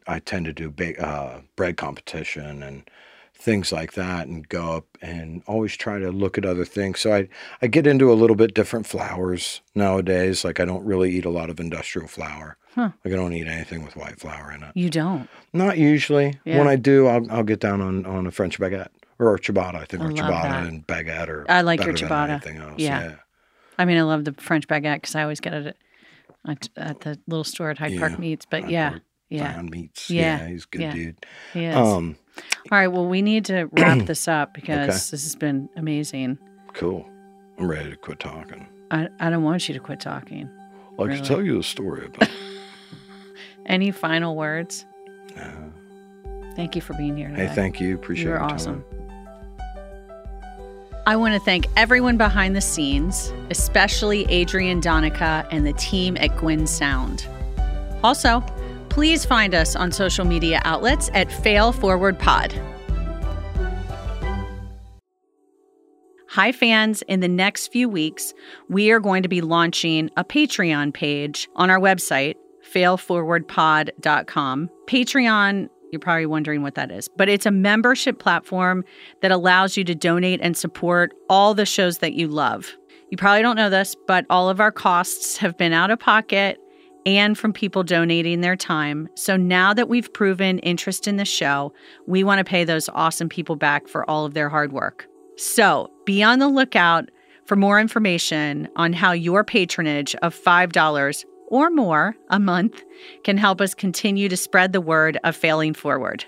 Speaker 1: I tend to do big uh, bread competition and things like that, and go up and always try to look at other things. So I I get into a little bit different flours nowadays. Like I don't really eat a lot of industrial flour.
Speaker 9: Huh.
Speaker 1: Like I don't eat anything with white flour in it.
Speaker 9: You don't.
Speaker 1: Not usually.
Speaker 9: Yeah.
Speaker 1: When I do, I'll, I'll get down on, on a French baguette or a ciabatta. I think
Speaker 9: I
Speaker 1: or
Speaker 9: love
Speaker 1: ciabatta
Speaker 9: that.
Speaker 1: and baguette are.
Speaker 9: I like your
Speaker 1: better than
Speaker 9: ciabatta.
Speaker 1: Anything else?
Speaker 9: Yeah.
Speaker 1: Yeah.
Speaker 9: I mean, I love the French baguette because I always get it at, at, at the little store at Hyde
Speaker 1: Yeah.
Speaker 9: Park Meats. But
Speaker 1: Hyde
Speaker 9: yeah,
Speaker 1: Park.
Speaker 9: yeah,
Speaker 1: Brown meats.
Speaker 9: Yeah.
Speaker 1: Yeah. he's a good
Speaker 9: Yeah.
Speaker 1: dude.
Speaker 9: he is.
Speaker 1: Um,
Speaker 9: All right. Well, we need to wrap this up because
Speaker 1: Okay.
Speaker 9: this has been amazing.
Speaker 1: cool. I'm ready to quit talking.
Speaker 9: I, I don't want you to quit talking.
Speaker 1: I
Speaker 9: Really?
Speaker 1: could tell you a story about.
Speaker 9: Any final words?
Speaker 1: No.
Speaker 9: Thank you for being here. Today.
Speaker 1: Uh, hey, thank you. Appreciate
Speaker 9: You're
Speaker 1: your time.
Speaker 9: awesome. I want to thank everyone behind the scenes, especially Adrian Donica and the team at Gwyn Sound. Also, please find us on social media outlets at Fail Forward Pod. Hi, fans. In the next few weeks, we are going to be launching a Patreon page on our website, failforwardpod.com. Patreon, you're probably wondering what that is, but it's a membership platform that allows you to donate and support all the shows that you love. You probably don't know this, but all of our costs have been out of pocket and from people donating their time. So now that we've proven interest in the show, we want to pay those awesome people back for all of their hard work. So be on the lookout for more information on how your patronage of $5 or more a month can help us continue to spread the word of failing forward.